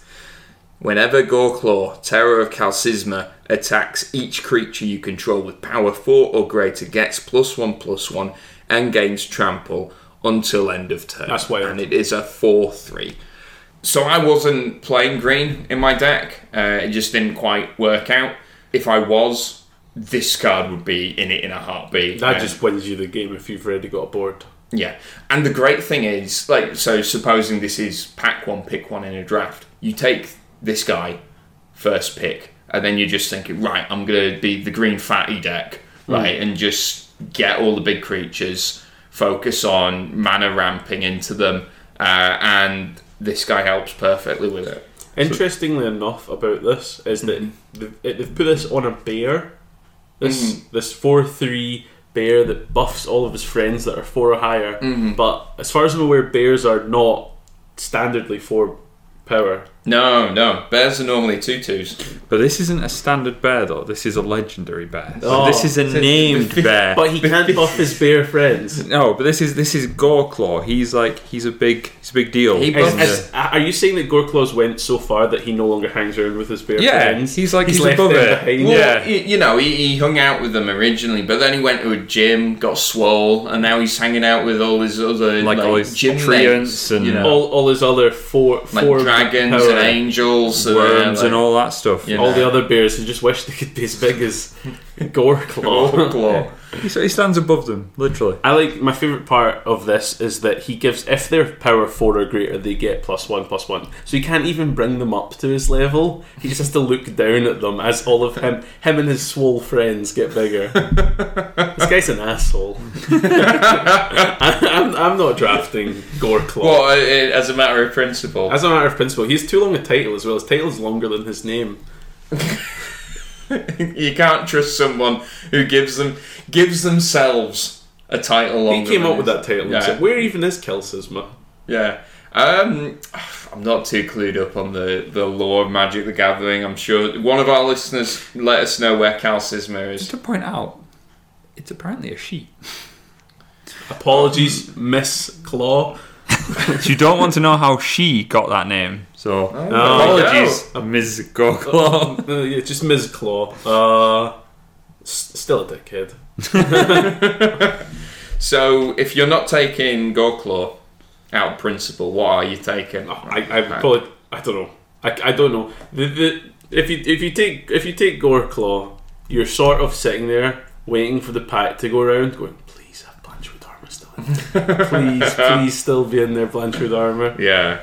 [SPEAKER 1] Whenever Goreclaw, Terror of Calcisma, attacks, each creature you control with power 4 or greater gets plus 1 plus 1 and gains trample until end of turn.
[SPEAKER 2] That's wild.
[SPEAKER 1] And it is a 4 3. So I wasn't playing green in my deck, uh, it just didn't quite work out. If I was, this card would be in it in a heartbeat.
[SPEAKER 2] That
[SPEAKER 1] Uh,
[SPEAKER 2] just wins you the game if you've already got a board.
[SPEAKER 1] yeah, and the great thing is, like, so supposing this is pack one, pick one in a draft, you take this guy first pick, and then you're just thinking, right, I'm gonna be the green fatty deck, right, and just get all the big creatures, focus on mana ramping into them, uh, and this guy helps perfectly with it.
[SPEAKER 2] Interestingly enough, about this is that
[SPEAKER 3] Mhm.
[SPEAKER 2] they've, they've put this on a bear. This
[SPEAKER 3] Mhm.
[SPEAKER 2] this four three bear that buffs all of his friends that are four or higher.
[SPEAKER 3] Mhm.
[SPEAKER 2] But as far as I'm aware, bears are not standardly four power.
[SPEAKER 1] No, no, bears are normally two twos.
[SPEAKER 3] But this isn't a standard bear though. This is a legendary bear. So
[SPEAKER 2] Oh.
[SPEAKER 3] this is a named bear.
[SPEAKER 2] But
[SPEAKER 3] <laughs>
[SPEAKER 2] he can't buff his bear friends.
[SPEAKER 3] no, but this is this is Goreclaw. He's like he's a big he's a big deal.
[SPEAKER 1] He
[SPEAKER 3] He's
[SPEAKER 1] buffs-
[SPEAKER 3] a-
[SPEAKER 2] As- are you saying that Gorklaws went so far that he no longer hangs around with his bear
[SPEAKER 3] yeah,
[SPEAKER 2] friends?
[SPEAKER 3] he's like he's,
[SPEAKER 2] left
[SPEAKER 3] above
[SPEAKER 2] them
[SPEAKER 3] it.
[SPEAKER 2] behind.
[SPEAKER 1] Well,
[SPEAKER 3] Yeah.
[SPEAKER 1] y- you know, he, he hung out with them originally, but then he went to a gym, got swole, and now he's hanging out with all his other
[SPEAKER 3] Like
[SPEAKER 1] like,
[SPEAKER 3] all his
[SPEAKER 1] gym
[SPEAKER 3] treants
[SPEAKER 1] mates,
[SPEAKER 3] and-
[SPEAKER 1] you know,
[SPEAKER 2] all, all his other four,
[SPEAKER 1] like
[SPEAKER 2] four
[SPEAKER 1] dragons
[SPEAKER 2] power-
[SPEAKER 1] and angels, and, uh,
[SPEAKER 3] Worms
[SPEAKER 1] like,
[SPEAKER 3] and all that stuff.
[SPEAKER 1] Yeah.
[SPEAKER 2] all the other bears who just <laughs> wish they could be as big
[SPEAKER 1] <laughs>
[SPEAKER 2] as
[SPEAKER 1] claw,
[SPEAKER 2] Gorklaw. <laughs>
[SPEAKER 1] claw.
[SPEAKER 3] He, he stands above them, literally.
[SPEAKER 2] I like my favorite part of this is that he gives if they're power four or greater, they get plus one plus one. So he can't even bring them up to his level. He just has to look down at them as all of him, him and his swole friends
[SPEAKER 1] <laughs>
[SPEAKER 2] get bigger. this guy's an asshole. I, I'm, I'm not drafting Gorklaw.
[SPEAKER 1] Well, uh, uh, as a matter of principle,
[SPEAKER 2] As a matter of principle, he's too long a title as well. His title's longer than his name.
[SPEAKER 1] <laughs> you can't trust someone who gives them gives themselves a title.
[SPEAKER 2] He
[SPEAKER 1] longer
[SPEAKER 2] came
[SPEAKER 1] than
[SPEAKER 2] up with
[SPEAKER 1] his-
[SPEAKER 2] that title.
[SPEAKER 1] Yeah.
[SPEAKER 2] And said, Where even is Kelsisma?
[SPEAKER 1] Yeah. Um, I'm not too clued up on the, the lore of Magic the Gathering. I'm sure one of our listeners let us know where Calcisma is.
[SPEAKER 3] Just to point out, it's apparently a sheep.
[SPEAKER 1] Um,
[SPEAKER 2] Apologies, Miss Claw.
[SPEAKER 3] you don't want to know how she got that name. So
[SPEAKER 1] Oh,
[SPEAKER 3] apologies, Ms. <laughs> Goglo.
[SPEAKER 2] Uh, yeah, just Ms. Claw. Uh, s- still a dickhead.
[SPEAKER 1] So if you're not taking Gorklaw out of principle, what are you taking?
[SPEAKER 2] Oh, I, I would probably, I don't know. I, I don't know. The, the, if you if you take if you take Goreclaw, you're sort of sitting there waiting for the pack to go around, going, please have Blanchard armor still.
[SPEAKER 1] <laughs>
[SPEAKER 2] in there. please, please still be in there, Blanchard armor.
[SPEAKER 1] yeah.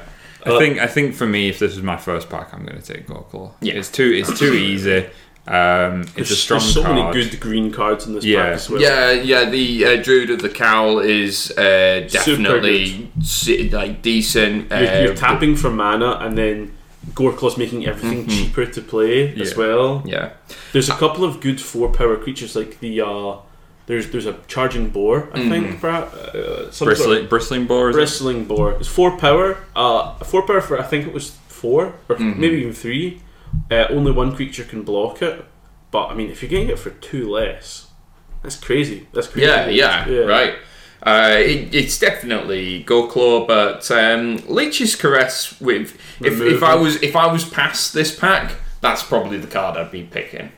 [SPEAKER 1] Uh,
[SPEAKER 3] I think I think for me, if this was my first pack, I'm going to take Goglo.
[SPEAKER 1] Yeah.
[SPEAKER 3] It's too it's too easy. Um, it's
[SPEAKER 2] There's,
[SPEAKER 3] a strong
[SPEAKER 2] there's so
[SPEAKER 3] card.
[SPEAKER 2] many good green cards in this
[SPEAKER 3] Yeah.
[SPEAKER 2] pack as well.
[SPEAKER 1] Yeah, yeah. The uh, Druid of the Cowl is uh, definitely si- like decent. Uh,
[SPEAKER 2] You're, you're tapping for mana, and then Goreclaw's making everything cheaper to play as
[SPEAKER 3] Yeah.
[SPEAKER 2] well.
[SPEAKER 1] Mm-hmm. yeah,
[SPEAKER 2] There's a couple of good four power creatures like the uh, there's there's a charging boar
[SPEAKER 1] Mm-hmm.
[SPEAKER 2] I think for, uh, some sort
[SPEAKER 3] bristling bristling
[SPEAKER 2] of
[SPEAKER 3] boar. is it?
[SPEAKER 2] bristling boar. It's four power, uh, four power for I think it was four or
[SPEAKER 1] Mm-hmm.
[SPEAKER 2] maybe even three. Uh, only one creature can block it, but I mean if you're getting it for two less, that's crazy. That's crazy.
[SPEAKER 1] yeah, yeah,
[SPEAKER 2] <laughs>
[SPEAKER 1] Right. Uh, it, it's definitely Gorklaw, but um, Leech's Caress. With if, if I
[SPEAKER 2] Removal.
[SPEAKER 1] was if I was past this pack, that's probably the card I'd be picking.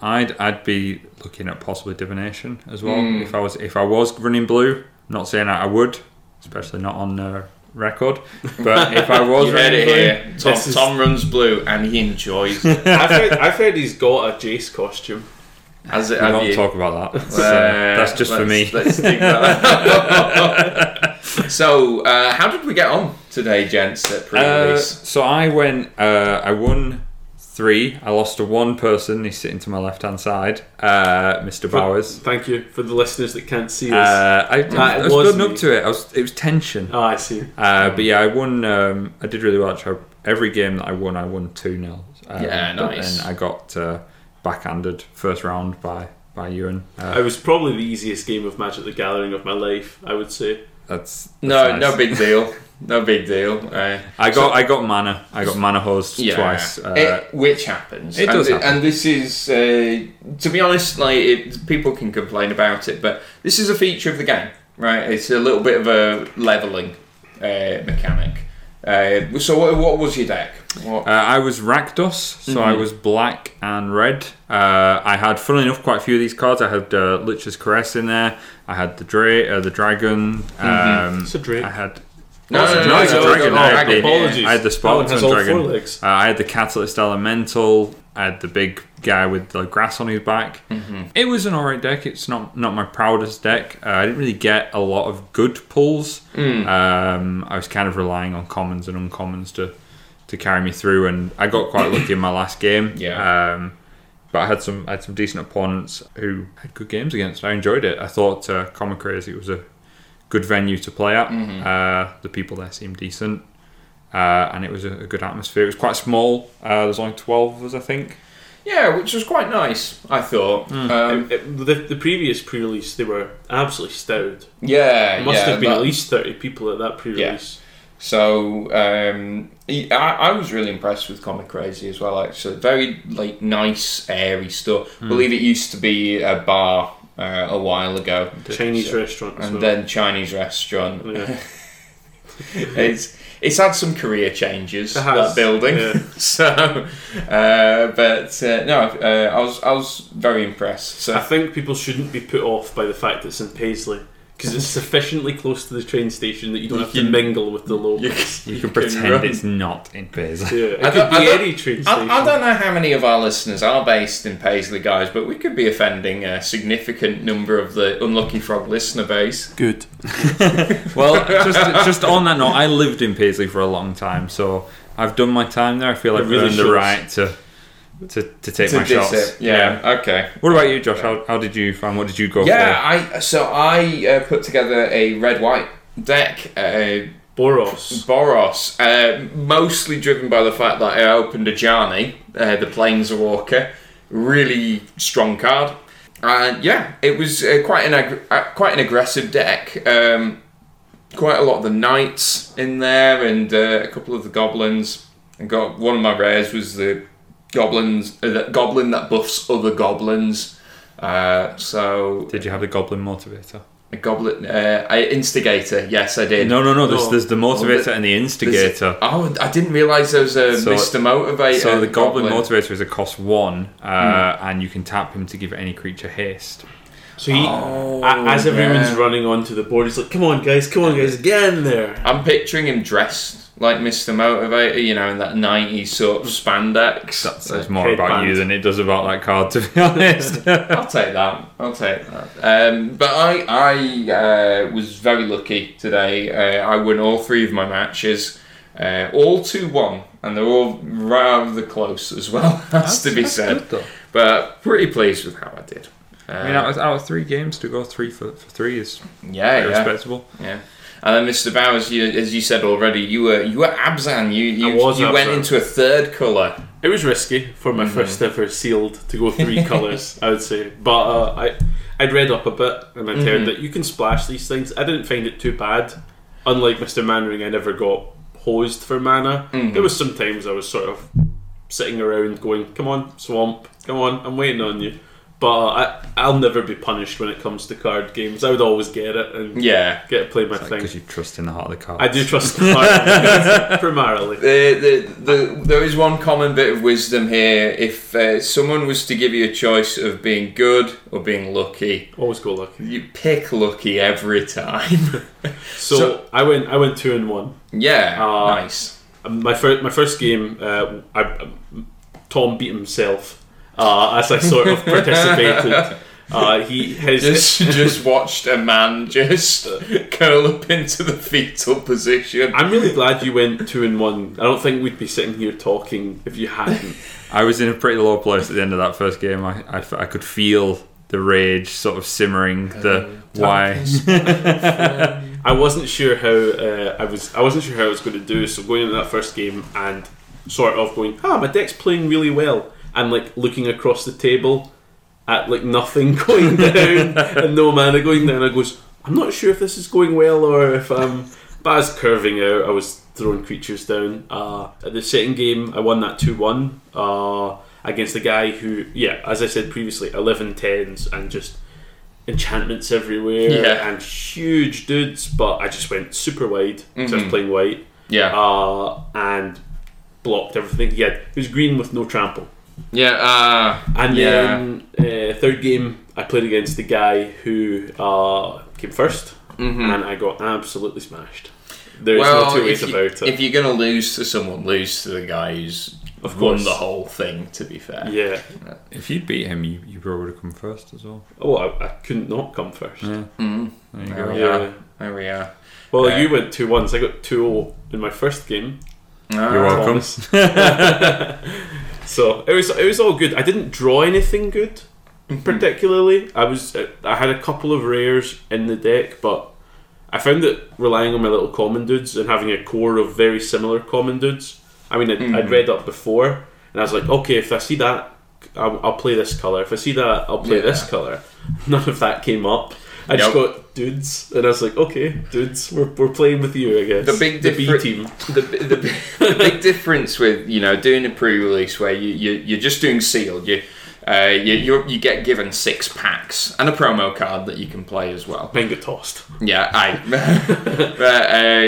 [SPEAKER 3] I'd I'd be looking at possibly divination as well
[SPEAKER 1] Hmm.
[SPEAKER 3] if I was if I was running blue. Not saying I would, especially not on uh, record. But if
[SPEAKER 1] <laughs>
[SPEAKER 3] I was
[SPEAKER 1] You heard
[SPEAKER 3] running
[SPEAKER 1] it
[SPEAKER 3] blue,
[SPEAKER 1] here. Tom,
[SPEAKER 2] This is-
[SPEAKER 1] Tom runs blue, and he enjoys
[SPEAKER 3] <laughs>
[SPEAKER 1] it.
[SPEAKER 2] I've, heard, I've heard he's got a Jace costume.
[SPEAKER 1] Has it?
[SPEAKER 3] we
[SPEAKER 1] have
[SPEAKER 3] won't
[SPEAKER 1] you?
[SPEAKER 3] talk about that. So,
[SPEAKER 1] Uh,
[SPEAKER 3] that's just for me.
[SPEAKER 1] let's- let's dig
[SPEAKER 3] <laughs>
[SPEAKER 1] that up. so, uh, how did we get on today, gents? At
[SPEAKER 3] Uh,
[SPEAKER 1] pre-release,
[SPEAKER 3] so I went. Uh, I won three. I lost to one person. He's sitting to my left hand side, uh, Mr. Bowers.
[SPEAKER 2] Thank you for the listeners that can't see
[SPEAKER 3] Uh,
[SPEAKER 2] us.
[SPEAKER 3] I, I, was
[SPEAKER 2] was
[SPEAKER 3] building
[SPEAKER 2] me.
[SPEAKER 3] up to it. I was, it was tension.
[SPEAKER 2] oh, I see.
[SPEAKER 3] Uh, but yeah, I won. Um, I did really well. Actually, every game that I won, I won two 0 um,
[SPEAKER 1] Yeah,
[SPEAKER 3] but
[SPEAKER 1] nice.
[SPEAKER 3] Then I got uh, backhanded first round by by Ewan.
[SPEAKER 2] I
[SPEAKER 3] Uh,
[SPEAKER 2] was probably the easiest game of Magic the Gathering of my life, I would say.
[SPEAKER 3] that's, that's
[SPEAKER 1] no,
[SPEAKER 3] nice.
[SPEAKER 1] no big
[SPEAKER 3] <laughs>
[SPEAKER 1] deal. No big deal. Uh,
[SPEAKER 3] I got I got mana. I got mana hosed
[SPEAKER 1] yeah,
[SPEAKER 3] twice. Uh,
[SPEAKER 1] It- which happens.
[SPEAKER 3] It
[SPEAKER 1] and
[SPEAKER 3] does
[SPEAKER 1] thi-
[SPEAKER 3] happen.
[SPEAKER 1] And this is, uh, to be honest, like it, people can complain about it, but this is a feature of the game, right? It's a little bit of a leveling uh, mechanic. Uh, so, what, what was your deck? What?
[SPEAKER 3] Uh, I was Rakdos, so I was black and red. Uh, I had, funnily enough, quite a few of these cards. I had uh, Lich's Caress in there. I had the dra- uh, the dragon. Um,
[SPEAKER 2] It's a Drake.
[SPEAKER 3] I had.
[SPEAKER 1] No,
[SPEAKER 3] Oh,
[SPEAKER 1] no,
[SPEAKER 2] no,
[SPEAKER 3] it's a
[SPEAKER 2] no,
[SPEAKER 3] dragon.
[SPEAKER 2] no,
[SPEAKER 3] I had
[SPEAKER 2] dragon.
[SPEAKER 3] the-
[SPEAKER 2] Apologies.
[SPEAKER 3] I had the
[SPEAKER 2] That one
[SPEAKER 3] Spartan
[SPEAKER 2] has all four
[SPEAKER 3] dragon.
[SPEAKER 2] legs.
[SPEAKER 3] Uh, I had the Catalyst Elemental. I had the big guy with the grass on his back. It was an alright deck. It's not not my proudest deck. Uh, I didn't really get a lot of good pulls. Um, I was kind of relying on commons and uncommons to to carry me through, and I got quite lucky in my last game.
[SPEAKER 1] <coughs> Yeah.
[SPEAKER 3] Um, but I had some I had some decent opponents who had good games against. I enjoyed it. I thought uh, Comic Crazy was a good venue to play at.
[SPEAKER 1] Mm-hmm.
[SPEAKER 3] Uh, the people there seemed decent, uh, and it was a, a good atmosphere. It was quite small. Uh, there's only twelve of us, I think.
[SPEAKER 1] Yeah, which was quite nice, I thought.
[SPEAKER 3] hmm.
[SPEAKER 1] Um,
[SPEAKER 2] It- it- the, the previous pre-release, they were absolutely stout.
[SPEAKER 1] yeah,
[SPEAKER 2] It must
[SPEAKER 1] Uh, yeah,
[SPEAKER 2] have been
[SPEAKER 1] that-
[SPEAKER 2] at least thirty people at that pre-release.
[SPEAKER 1] So um, I, I was really impressed with Comic Crazy as well. Actually, very like nice, airy stuff.
[SPEAKER 2] Hmm.
[SPEAKER 1] I believe it used to be a bar uh, a while ago,
[SPEAKER 2] Chinese restaurant as
[SPEAKER 1] and
[SPEAKER 2] well.
[SPEAKER 1] then Chinese restaurant.
[SPEAKER 2] <laughs>
[SPEAKER 1] <laughs>
[SPEAKER 2] Yeah.
[SPEAKER 1] it's it's had some career changes
[SPEAKER 2] It has,
[SPEAKER 1] that building.
[SPEAKER 2] yeah.
[SPEAKER 1] <laughs> so, uh, but uh, no, uh, I was I was very impressed.
[SPEAKER 2] I
[SPEAKER 1] So
[SPEAKER 2] think people shouldn't be put off by the fact that it's in Paisley because it's sufficiently close to the train station that you don't have to
[SPEAKER 1] can-
[SPEAKER 2] mingle with the locals.
[SPEAKER 1] <laughs> you,
[SPEAKER 3] You,
[SPEAKER 1] you
[SPEAKER 3] can, pretend
[SPEAKER 1] run.
[SPEAKER 3] it's not in
[SPEAKER 1] <laughs>
[SPEAKER 3] Paisley.
[SPEAKER 2] Yeah, it
[SPEAKER 1] I
[SPEAKER 2] could
[SPEAKER 1] don't- I
[SPEAKER 2] be
[SPEAKER 1] don't-
[SPEAKER 2] any train station.
[SPEAKER 1] I, I don't know how many of our listeners are based in Paisley, guys, but we could be offending a significant number of the Unlucky Frog listener base.
[SPEAKER 2] Good.
[SPEAKER 3] Well, <laughs> just just on that note, I lived in Paisley for a long time, so I've done my time there. I feel like
[SPEAKER 2] It
[SPEAKER 3] I've
[SPEAKER 2] really
[SPEAKER 3] earned the
[SPEAKER 2] shows.
[SPEAKER 3] right to to, to take
[SPEAKER 1] To
[SPEAKER 3] my
[SPEAKER 1] diss
[SPEAKER 3] shots.
[SPEAKER 1] it. Yeah. Okay.
[SPEAKER 3] What about you, Josh? How, how did you find? What did you go for?
[SPEAKER 1] Yeah. I so I uh, put together a red white deck. Uh,
[SPEAKER 2] Boros.
[SPEAKER 1] Boros, uh, mostly driven by the fact that I opened a Jani, uh, the Planeswalker, really strong card, and yeah, it was uh, quite an ag- uh, quite an aggressive deck. Um, quite a lot of the knights in there, and uh, a couple of the goblins. I got one of my rares was the goblins, uh, the goblin that buffs other goblins. Uh, so
[SPEAKER 3] Did you have the Goblin Motivator?
[SPEAKER 1] a goblet uh, I- instigator. Yes, I did.
[SPEAKER 3] No, no, no. There's,
[SPEAKER 2] No.
[SPEAKER 3] there's the motivator and the
[SPEAKER 1] There's-
[SPEAKER 3] instigator.
[SPEAKER 1] Oh, I didn't realise there was a
[SPEAKER 3] So-
[SPEAKER 1] Mr. Motivator.
[SPEAKER 3] So the goblin motivator is a cost one, uh,
[SPEAKER 1] Hmm.
[SPEAKER 3] and you can tap him to give any creature haste.
[SPEAKER 2] So he,
[SPEAKER 1] Oh,
[SPEAKER 2] a- as everyone's
[SPEAKER 1] yeah.
[SPEAKER 2] running onto the board, he's like, "Come on, guys! Come on, guys! Get in there!"
[SPEAKER 1] I'm picturing him dressed like Mr. Motivator, you know, in that 90s sort of spandex.
[SPEAKER 3] That says more about
[SPEAKER 2] headband.
[SPEAKER 3] you than it does about that card,
[SPEAKER 1] <laughs>
[SPEAKER 3] to be honest.
[SPEAKER 1] I'll take that. I'll take that. Um, but I, I uh, was very lucky today. Uh, I won all three of my matches, uh, all two one, and they're all rather close as well. <laughs> Has to be said. But pretty pleased with how I did. Uh,
[SPEAKER 3] I mean, out of, out of three games to go three for, for three is
[SPEAKER 1] yeah,
[SPEAKER 3] very
[SPEAKER 1] yeah.
[SPEAKER 3] respectable.
[SPEAKER 1] Yeah. And then Mr. Bowers, you, as you said already, you were you were Abzan. You you,
[SPEAKER 2] I was
[SPEAKER 1] you went
[SPEAKER 2] Abzan.
[SPEAKER 1] into a third colour.
[SPEAKER 2] It was risky for
[SPEAKER 1] Mm-hmm.
[SPEAKER 2] my first ever sealed to
[SPEAKER 1] <laughs>
[SPEAKER 2] go three colours, I would say. But uh, I, I'd read up a bit and I'd
[SPEAKER 1] Mm-hmm.
[SPEAKER 2] heard that you can splash these things. I didn't find it too bad. Unlike Mister Mannering, I never got hosed for mana.
[SPEAKER 1] Mm-hmm.
[SPEAKER 2] There was some times I was sort of sitting around going, "Come on, swamp! Come on, I'm waiting on you." But uh, I, I'll never be punished when it comes to card games. I would always get it and
[SPEAKER 1] Yeah.
[SPEAKER 2] get to play my thing.
[SPEAKER 3] Because you trust in the heart of the card.
[SPEAKER 2] I do trust the heart primarily.
[SPEAKER 1] The, the, the, there is one common bit of wisdom here. If uh, someone was to give you a choice of being good or being lucky,
[SPEAKER 2] Always go lucky.
[SPEAKER 1] you pick lucky every time. <laughs>
[SPEAKER 2] So,
[SPEAKER 1] So-
[SPEAKER 2] I went. I went two and one.
[SPEAKER 1] yeah,
[SPEAKER 2] Ah.
[SPEAKER 1] nice.
[SPEAKER 2] Um, My first. My first game. Uh, I, um, Tom beat himself uh, as I sort of participated. Uh, he his
[SPEAKER 1] Just just watched a man just <laughs> curl up into the fetal position.
[SPEAKER 2] I'm really glad you went two and one. I don't think we'd be sitting here talking if you hadn't.
[SPEAKER 3] I was in a pretty low place at the end of that first game. I, I f- I could feel the rage sort of simmering. The why?
[SPEAKER 2] I wasn't sure how uh, I was. I wasn't sure how I was going to do. So going into that first game and sort of going, ah, my deck's playing really well, and like looking across the table at like nothing <laughs> going down and no mana going down. I goes, I'm not sure if this is going well or if I'm. But I was curving out. I was throwing creatures down. Uh, at the second game, I won that two one uh, against a guy who, yeah, as I said previously, 11 tens and just enchantments everywhere
[SPEAKER 1] Yeah.
[SPEAKER 2] and huge dudes. But I just went super wide. So I was playing white
[SPEAKER 1] Yeah,
[SPEAKER 2] uh, and blocked everything. He had he was green with no trample.
[SPEAKER 1] yeah, uh,
[SPEAKER 2] And
[SPEAKER 1] Yeah.
[SPEAKER 2] then uh, third game, I played against the guy who uh, came 1st and I got absolutely smashed. There's
[SPEAKER 1] Mm-hmm. well,
[SPEAKER 2] no two ways
[SPEAKER 1] if, you,
[SPEAKER 2] about it.
[SPEAKER 1] if you're gonna lose to someone, lose to the guy who's
[SPEAKER 2] Of
[SPEAKER 1] won
[SPEAKER 2] course.
[SPEAKER 1] the whole thing. To be fair,
[SPEAKER 2] yeah.
[SPEAKER 3] If you'd beat him, you, you probably would have come first as well.
[SPEAKER 2] Oh, I, I couldn't not come first.
[SPEAKER 3] Yeah. There you
[SPEAKER 1] There
[SPEAKER 3] go.
[SPEAKER 1] we
[SPEAKER 2] Yeah.
[SPEAKER 1] are. There we are.
[SPEAKER 2] Well,
[SPEAKER 1] Yeah.
[SPEAKER 2] you went 2 1, so I got 2 0 in my first game.
[SPEAKER 1] Ah.
[SPEAKER 3] You're welcome.
[SPEAKER 2] Thomas. <laughs> so it was it was all good. I didn't draw anything good,
[SPEAKER 1] Hmm.
[SPEAKER 2] particularly. I was I had a couple of rares in the deck, but I found that relying on my little common dudes and having a core of very similar common dudes. I mean, I'd, I'd
[SPEAKER 1] Hmm.
[SPEAKER 2] read up before, and I was like, okay, if I see that, I'll, I'll play this color. If I see that, I'll play this
[SPEAKER 1] Yeah.
[SPEAKER 2] color. <laughs> None of that came up. I just
[SPEAKER 1] Nope.
[SPEAKER 2] got dudes, and I was like, okay, dudes, we're, we're playing with you, I guess.
[SPEAKER 1] The big
[SPEAKER 2] the B
[SPEAKER 1] difference-
[SPEAKER 2] team.
[SPEAKER 1] the, the, the big difference with you know doing a pre-release where you, you you're just doing sealed you uh, you you're, you get given six packs and a promo card that you can play as well.
[SPEAKER 2] Mine got tossed.
[SPEAKER 1] Yeah, I.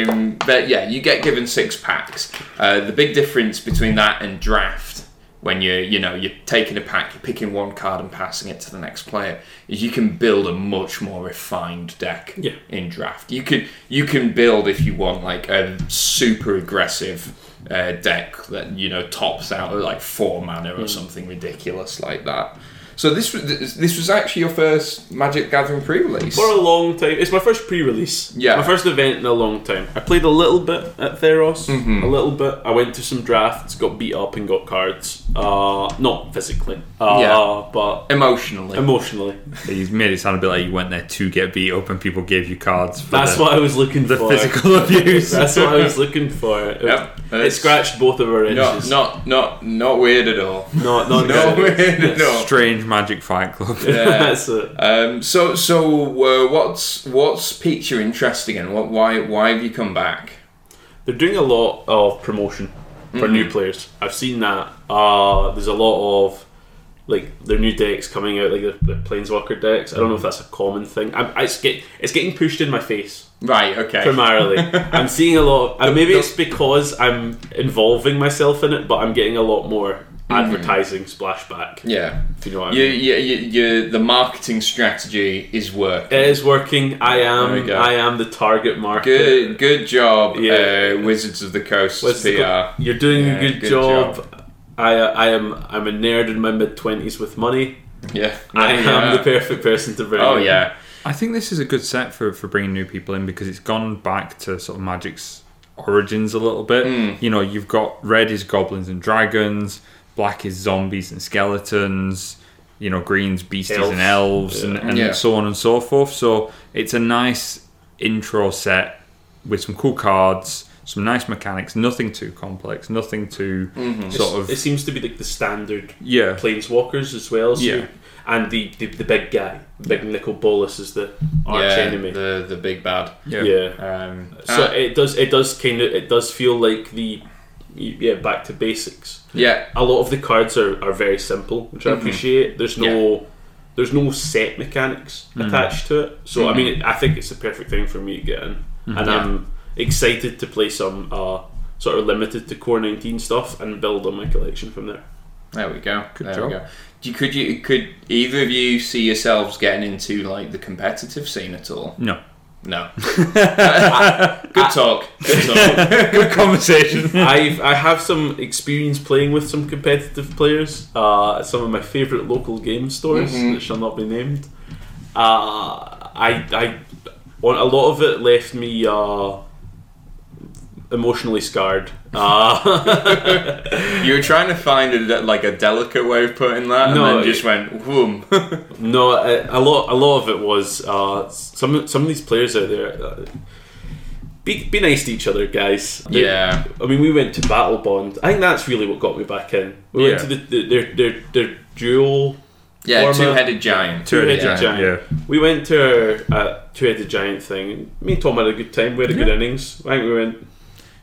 [SPEAKER 1] but, um, but yeah, you get given six packs. Uh, the big difference between that and draft, when you you know you're taking a pack, you're picking one card and passing it to the next player, is you can build a much more refined deck.
[SPEAKER 2] Yeah.
[SPEAKER 1] In draft, you could you can build if you want like a super aggressive uh, deck that you know tops out at like four mana or something ridiculous like that. So this was this was actually your first Magic Gathering pre-release.
[SPEAKER 2] for a long time. It's my first pre-release.
[SPEAKER 1] Yeah.
[SPEAKER 2] my first event in a long time. I played a little bit at Theros,
[SPEAKER 1] Mm-hmm.
[SPEAKER 2] a little bit. I went to some drafts, got beat up, and got cards. Uh, not physically, uh,
[SPEAKER 1] Yeah.
[SPEAKER 2] but
[SPEAKER 1] Emotionally. <laughs>
[SPEAKER 2] emotionally.
[SPEAKER 3] You made it sound a bit like you went there to get beat up, and people gave you cards. For
[SPEAKER 2] That's
[SPEAKER 3] the,
[SPEAKER 2] what I was looking
[SPEAKER 3] the
[SPEAKER 2] for.
[SPEAKER 1] <laughs>
[SPEAKER 3] physical abuse.
[SPEAKER 2] <laughs> That's what I was looking for. It,
[SPEAKER 1] Yep.
[SPEAKER 2] it scratched both of our
[SPEAKER 1] Not,
[SPEAKER 2] edges.
[SPEAKER 1] not, not, not weird at all.
[SPEAKER 2] not, not
[SPEAKER 1] No
[SPEAKER 2] good.
[SPEAKER 1] weird
[SPEAKER 2] <laughs>
[SPEAKER 1] at all.
[SPEAKER 3] Strange Magic Fight Club.
[SPEAKER 2] That's it.
[SPEAKER 1] Um, so, so uh, what's what's piqued your interest again? What, why, why have you come back?
[SPEAKER 2] they're doing a lot Mm-hmm. of promotion for new players. I've seen that. Uh, there's a lot of like their new decks coming out, like the, the Planeswalker decks. I don't know if that's a common thing. I'm, I, it's, get, it's getting pushed in my face
[SPEAKER 1] Right. Okay.
[SPEAKER 2] <laughs> primarily. I'm seeing a lot. Of, and maybe it's because I'm involving myself in it, but I'm getting a lot more advertising splashback.
[SPEAKER 1] yeah.
[SPEAKER 2] Mm. If you know what I mean?
[SPEAKER 1] You, you, you, you, the marketing strategy is work.
[SPEAKER 2] It is working. I
[SPEAKER 1] There we
[SPEAKER 2] am.
[SPEAKER 1] go.
[SPEAKER 2] I am the target market.
[SPEAKER 1] Good, good job,
[SPEAKER 2] Yeah.
[SPEAKER 1] uh, Wizards of the Coast
[SPEAKER 2] What's
[SPEAKER 1] PR.
[SPEAKER 2] the co- You're doing
[SPEAKER 1] Yeah,
[SPEAKER 2] a good,
[SPEAKER 1] good
[SPEAKER 2] job.
[SPEAKER 1] job.
[SPEAKER 2] I, uh, I am. I'm a nerd in my mid twenties with money.
[SPEAKER 1] yeah,
[SPEAKER 2] I
[SPEAKER 1] Yeah.
[SPEAKER 2] am the perfect person to bring.
[SPEAKER 1] Oh
[SPEAKER 2] in.
[SPEAKER 1] yeah,
[SPEAKER 3] I think this is a good set for, for bringing new people in because it's gone back to sort of Magic's origins a little bit.
[SPEAKER 2] Hmm.
[SPEAKER 3] You know, you've got red is goblins and dragons, black is zombies and skeletons, you know, green's beasties and elves, and, and
[SPEAKER 1] Yeah.
[SPEAKER 3] so on and so forth. So it's a nice intro set with some cool cards, some nice mechanics, nothing too complex, nothing too
[SPEAKER 2] Mm-hmm.
[SPEAKER 3] sort of.
[SPEAKER 2] It seems to be like the standard
[SPEAKER 3] yeah.
[SPEAKER 2] planeswalkers as well. So
[SPEAKER 3] Yeah.
[SPEAKER 2] you- And the, the the big guy, big Nicol Bolas, is the arch
[SPEAKER 1] yeah,
[SPEAKER 2] enemy.
[SPEAKER 1] the the big bad.
[SPEAKER 3] yeah.
[SPEAKER 2] yeah.
[SPEAKER 1] Um,
[SPEAKER 2] So
[SPEAKER 1] uh,
[SPEAKER 2] it does. It does kind of. It does feel like the yeah back to basics.
[SPEAKER 1] yeah,
[SPEAKER 2] a lot of the cards are, are very simple, which I appreciate. There's no there's no set mechanics attached to it. So I mean, I think it's the perfect thing for me to get in, and I'm excited to play some uh, sort of limited to core nineteen stuff and build on my collection from there.
[SPEAKER 1] there we go.
[SPEAKER 3] Good
[SPEAKER 1] there
[SPEAKER 3] job.
[SPEAKER 1] we go. Do you, could you could either of you see yourselves getting into like the competitive scene at all?
[SPEAKER 3] No. <laughs>
[SPEAKER 2] <laughs>
[SPEAKER 1] No. <laughs> good talk. Good talk.
[SPEAKER 2] <laughs>
[SPEAKER 3] Good conversation.
[SPEAKER 2] I've I have some experience playing with some competitive players. Uh, at some of my favourite local game stores that shall not be named. Uh, I I on a lot of it left me uh, emotionally scarred. Uh, <laughs>
[SPEAKER 1] you were trying to find a, de- like a delicate way of putting that, and
[SPEAKER 2] No,
[SPEAKER 1] then just
[SPEAKER 2] it-
[SPEAKER 1] went
[SPEAKER 2] <laughs>
[SPEAKER 1] whoom.
[SPEAKER 2] No, uh, a, a lot, a lot of it was uh, some some of these players out there. Uh, be, be nice to each other, guys. They-
[SPEAKER 1] Yeah.
[SPEAKER 2] I mean, we went to Battle Bond. I think that's really what got me back in. We went to
[SPEAKER 3] Yeah.
[SPEAKER 2] the, the their their their dual
[SPEAKER 1] yeah,
[SPEAKER 2] Former-
[SPEAKER 1] two-headed giant.
[SPEAKER 2] two-headed
[SPEAKER 1] Yeah.
[SPEAKER 2] giant.
[SPEAKER 3] yeah.
[SPEAKER 2] We went to a uh, two-headed giant thing. Me and Tom had a good time. We had a good innings. I think we went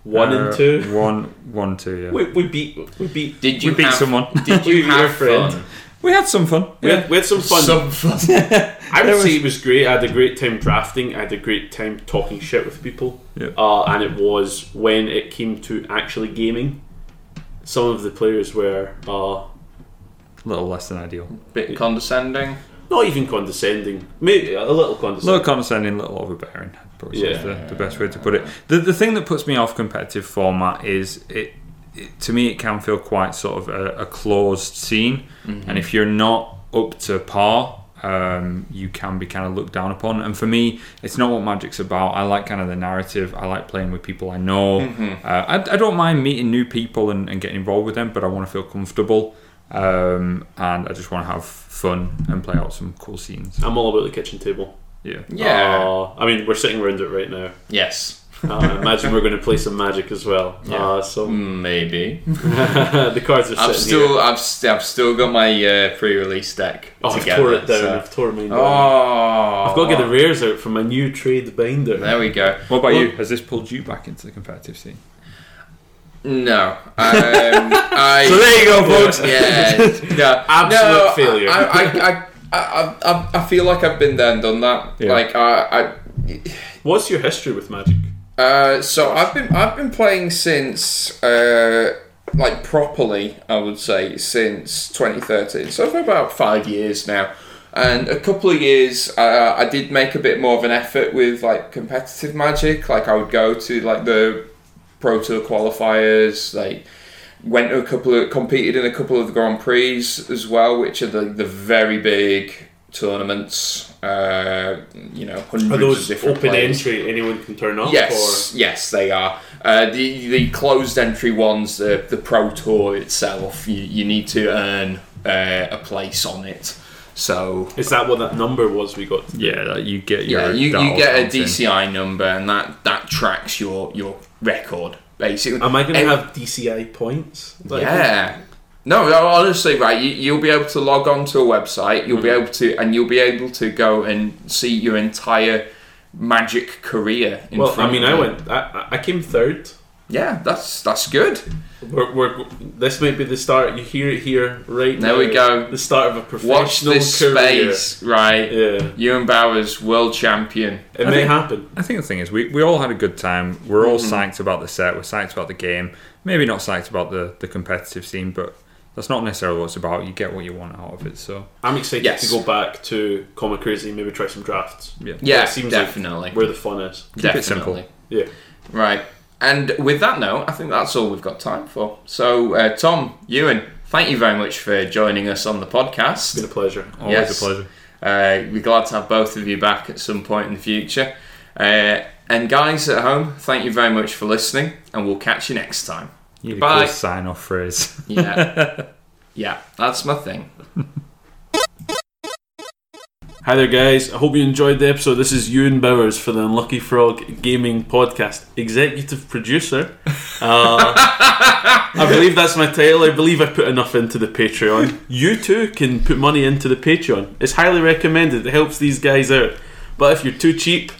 [SPEAKER 2] one
[SPEAKER 3] Uh,
[SPEAKER 2] and two.
[SPEAKER 3] One, one, two, yeah.
[SPEAKER 2] We, we beat we beat.
[SPEAKER 1] Did you
[SPEAKER 3] We beat
[SPEAKER 1] have,
[SPEAKER 3] someone.
[SPEAKER 1] Did
[SPEAKER 2] We
[SPEAKER 1] you
[SPEAKER 2] beat our
[SPEAKER 1] have
[SPEAKER 2] friend.
[SPEAKER 1] fun?
[SPEAKER 3] <laughs> We had some fun.
[SPEAKER 2] We had, we had some fun.
[SPEAKER 1] Some <laughs> fun.
[SPEAKER 2] I would
[SPEAKER 3] There
[SPEAKER 2] say
[SPEAKER 3] was-
[SPEAKER 2] it was great. I had a great time drafting. I had a great time talking shit with people.
[SPEAKER 3] Yeah.
[SPEAKER 2] Uh, and it was when it came to actually gaming. Some of the players were uh,
[SPEAKER 3] A little less than ideal.
[SPEAKER 1] Bit condescending.
[SPEAKER 2] not even condescending, maybe a little condescending.
[SPEAKER 3] little condescending, little overbearing. Probably is
[SPEAKER 2] Yeah.
[SPEAKER 3] the, the best way to put it. The, the thing that puts me off competitive format is it, it to me it can feel quite sort of a, a closed scene, and if you're not up to par, um, you can be kind of looked down upon. And for me, it's not what Magic's about. I like kind of the narrative. I like playing with people I know. Uh, I, I don't mind meeting new people and, and getting involved with them, but I want to feel comfortable. Um, and I just want to have fun and play out some cool scenes.
[SPEAKER 2] I'm all about the kitchen table.
[SPEAKER 3] Yeah.
[SPEAKER 1] Yeah.
[SPEAKER 2] Uh, I mean, we're sitting around it right now. <laughs>
[SPEAKER 1] Yes.
[SPEAKER 2] Uh, imagine we're going to play some magic as well. Uh, so
[SPEAKER 1] Mm,
[SPEAKER 2] <laughs>
[SPEAKER 1] Maybe.
[SPEAKER 2] the cards are
[SPEAKER 1] I've
[SPEAKER 2] sitting
[SPEAKER 1] Mm. still,
[SPEAKER 2] here.
[SPEAKER 1] I've, st- I've still got my uh, pre-release deck.
[SPEAKER 2] Oh, I've
[SPEAKER 1] together,
[SPEAKER 2] tore it down.
[SPEAKER 1] so-
[SPEAKER 2] I've tore mine down.
[SPEAKER 1] Oh,
[SPEAKER 2] I've got to get the rares out from my new trade binder.
[SPEAKER 1] There we go.
[SPEAKER 3] What about
[SPEAKER 2] Well-
[SPEAKER 3] you? Has this pulled you back into the competitive scene?
[SPEAKER 1] No,
[SPEAKER 2] <laughs>
[SPEAKER 1] um, I.
[SPEAKER 3] you go,
[SPEAKER 1] Yeah, no,
[SPEAKER 2] <laughs> Absolute
[SPEAKER 1] no,
[SPEAKER 2] failure.
[SPEAKER 1] I, I, I, I, I, I feel like I've been there and done that.
[SPEAKER 3] Yeah.
[SPEAKER 1] Like I,
[SPEAKER 2] What's your history with magic?
[SPEAKER 1] I uh, so I've been, I've been playing since, uh, like properly, I would say, since 2013. So for about five years now. And a couple of years, uh, I did make a bit more of an effort with like competitive magic. Like I would go to like the pro tour qualifiers, like went to a couple of competed in a couple of the Grand Prix as well, which are the, the very big tournaments. Uh, you know, hundreds
[SPEAKER 2] Are
[SPEAKER 1] of
[SPEAKER 2] those
[SPEAKER 1] different
[SPEAKER 2] open
[SPEAKER 1] players.
[SPEAKER 2] entry? Anyone can turn up?
[SPEAKER 1] Yes, yes, they are. Uh, the the closed entry ones, the the pro tour itself, you, you need to earn uh, a place on it. So
[SPEAKER 2] Or is that what that number was we got?
[SPEAKER 3] Yeah, that you get your
[SPEAKER 1] yeah, you, you
[SPEAKER 3] dial
[SPEAKER 1] get a
[SPEAKER 3] counts in.
[SPEAKER 1] DCI number, and that that tracks your your record basically.
[SPEAKER 2] Am I going to
[SPEAKER 1] Ev-
[SPEAKER 2] have DCI points? Like-
[SPEAKER 1] yeah. No, no, honestly, right. You, you'll be able to log on to a website. You'll be
[SPEAKER 2] Mm-hmm.
[SPEAKER 1] able to, and you'll be able to go and see your entire magic career. In
[SPEAKER 2] Well, I
[SPEAKER 1] front
[SPEAKER 2] mean,
[SPEAKER 1] of
[SPEAKER 2] I
[SPEAKER 1] you.
[SPEAKER 2] went. I, I- I came third
[SPEAKER 1] yeah, that's that's good.
[SPEAKER 2] We're, we're, this might be the start. You hear it here right
[SPEAKER 1] There
[SPEAKER 2] now.
[SPEAKER 1] we go.
[SPEAKER 2] The start of a professional
[SPEAKER 1] Watch this
[SPEAKER 2] career.
[SPEAKER 1] space, right?
[SPEAKER 2] Yeah,
[SPEAKER 1] Ewan Bauer's world champion.
[SPEAKER 2] it
[SPEAKER 3] I
[SPEAKER 2] may
[SPEAKER 3] think-
[SPEAKER 2] happen.
[SPEAKER 3] I think the thing is, we, we all had a good time. We're all
[SPEAKER 1] Mm-hmm.
[SPEAKER 3] psyched about the set. We're psyched about the game. Maybe not psyched about the, the competitive scene, but that's not necessarily what it's about. You get what you want out of it. So
[SPEAKER 2] I'm excited
[SPEAKER 1] Yes.
[SPEAKER 2] to go back to Comic Crazy. Maybe try some drafts.
[SPEAKER 3] yeah,
[SPEAKER 1] Yeah,
[SPEAKER 2] It seems like
[SPEAKER 1] definitely.
[SPEAKER 2] Where the fun is.
[SPEAKER 3] Keep
[SPEAKER 1] definitely.
[SPEAKER 3] it simple.
[SPEAKER 2] Yeah.
[SPEAKER 1] Right. And with that note, I think that's all we've got time for. So, uh, Tom, Ewan, thank you very much for joining us on the podcast.
[SPEAKER 2] It's been a pleasure.
[SPEAKER 3] always
[SPEAKER 1] Yes.
[SPEAKER 3] a pleasure.
[SPEAKER 1] Uh, we're glad to have both of you back at some point in the future. Uh, and guys at home, thank you very much for listening, and we'll catch you next time.
[SPEAKER 3] You need a
[SPEAKER 1] Goodbye.
[SPEAKER 3] cool sign off phrase. <laughs>
[SPEAKER 1] Yeah, yeah, that's my thing.
[SPEAKER 2] Hi there, guys. I hope you enjoyed the episode. This is Ewan Bowers for the Unlucky Frog Gaming Podcast, executive producer. Uh, I believe that's my title. I believe I put enough into the Patreon. You too can put money into the Patreon. It's highly recommended. It helps these guys out. But if you're too cheap,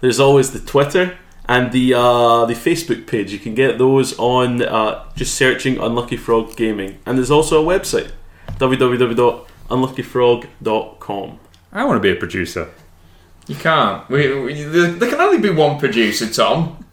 [SPEAKER 2] there's always the Twitter and the uh, the Facebook page. You can get those on uh, just searching Unlucky Frog Gaming. And there's also a website www.unluckyfrog.com.
[SPEAKER 3] I want to be a producer.
[SPEAKER 1] You can't. We, we, there there can only be one producer, Tom.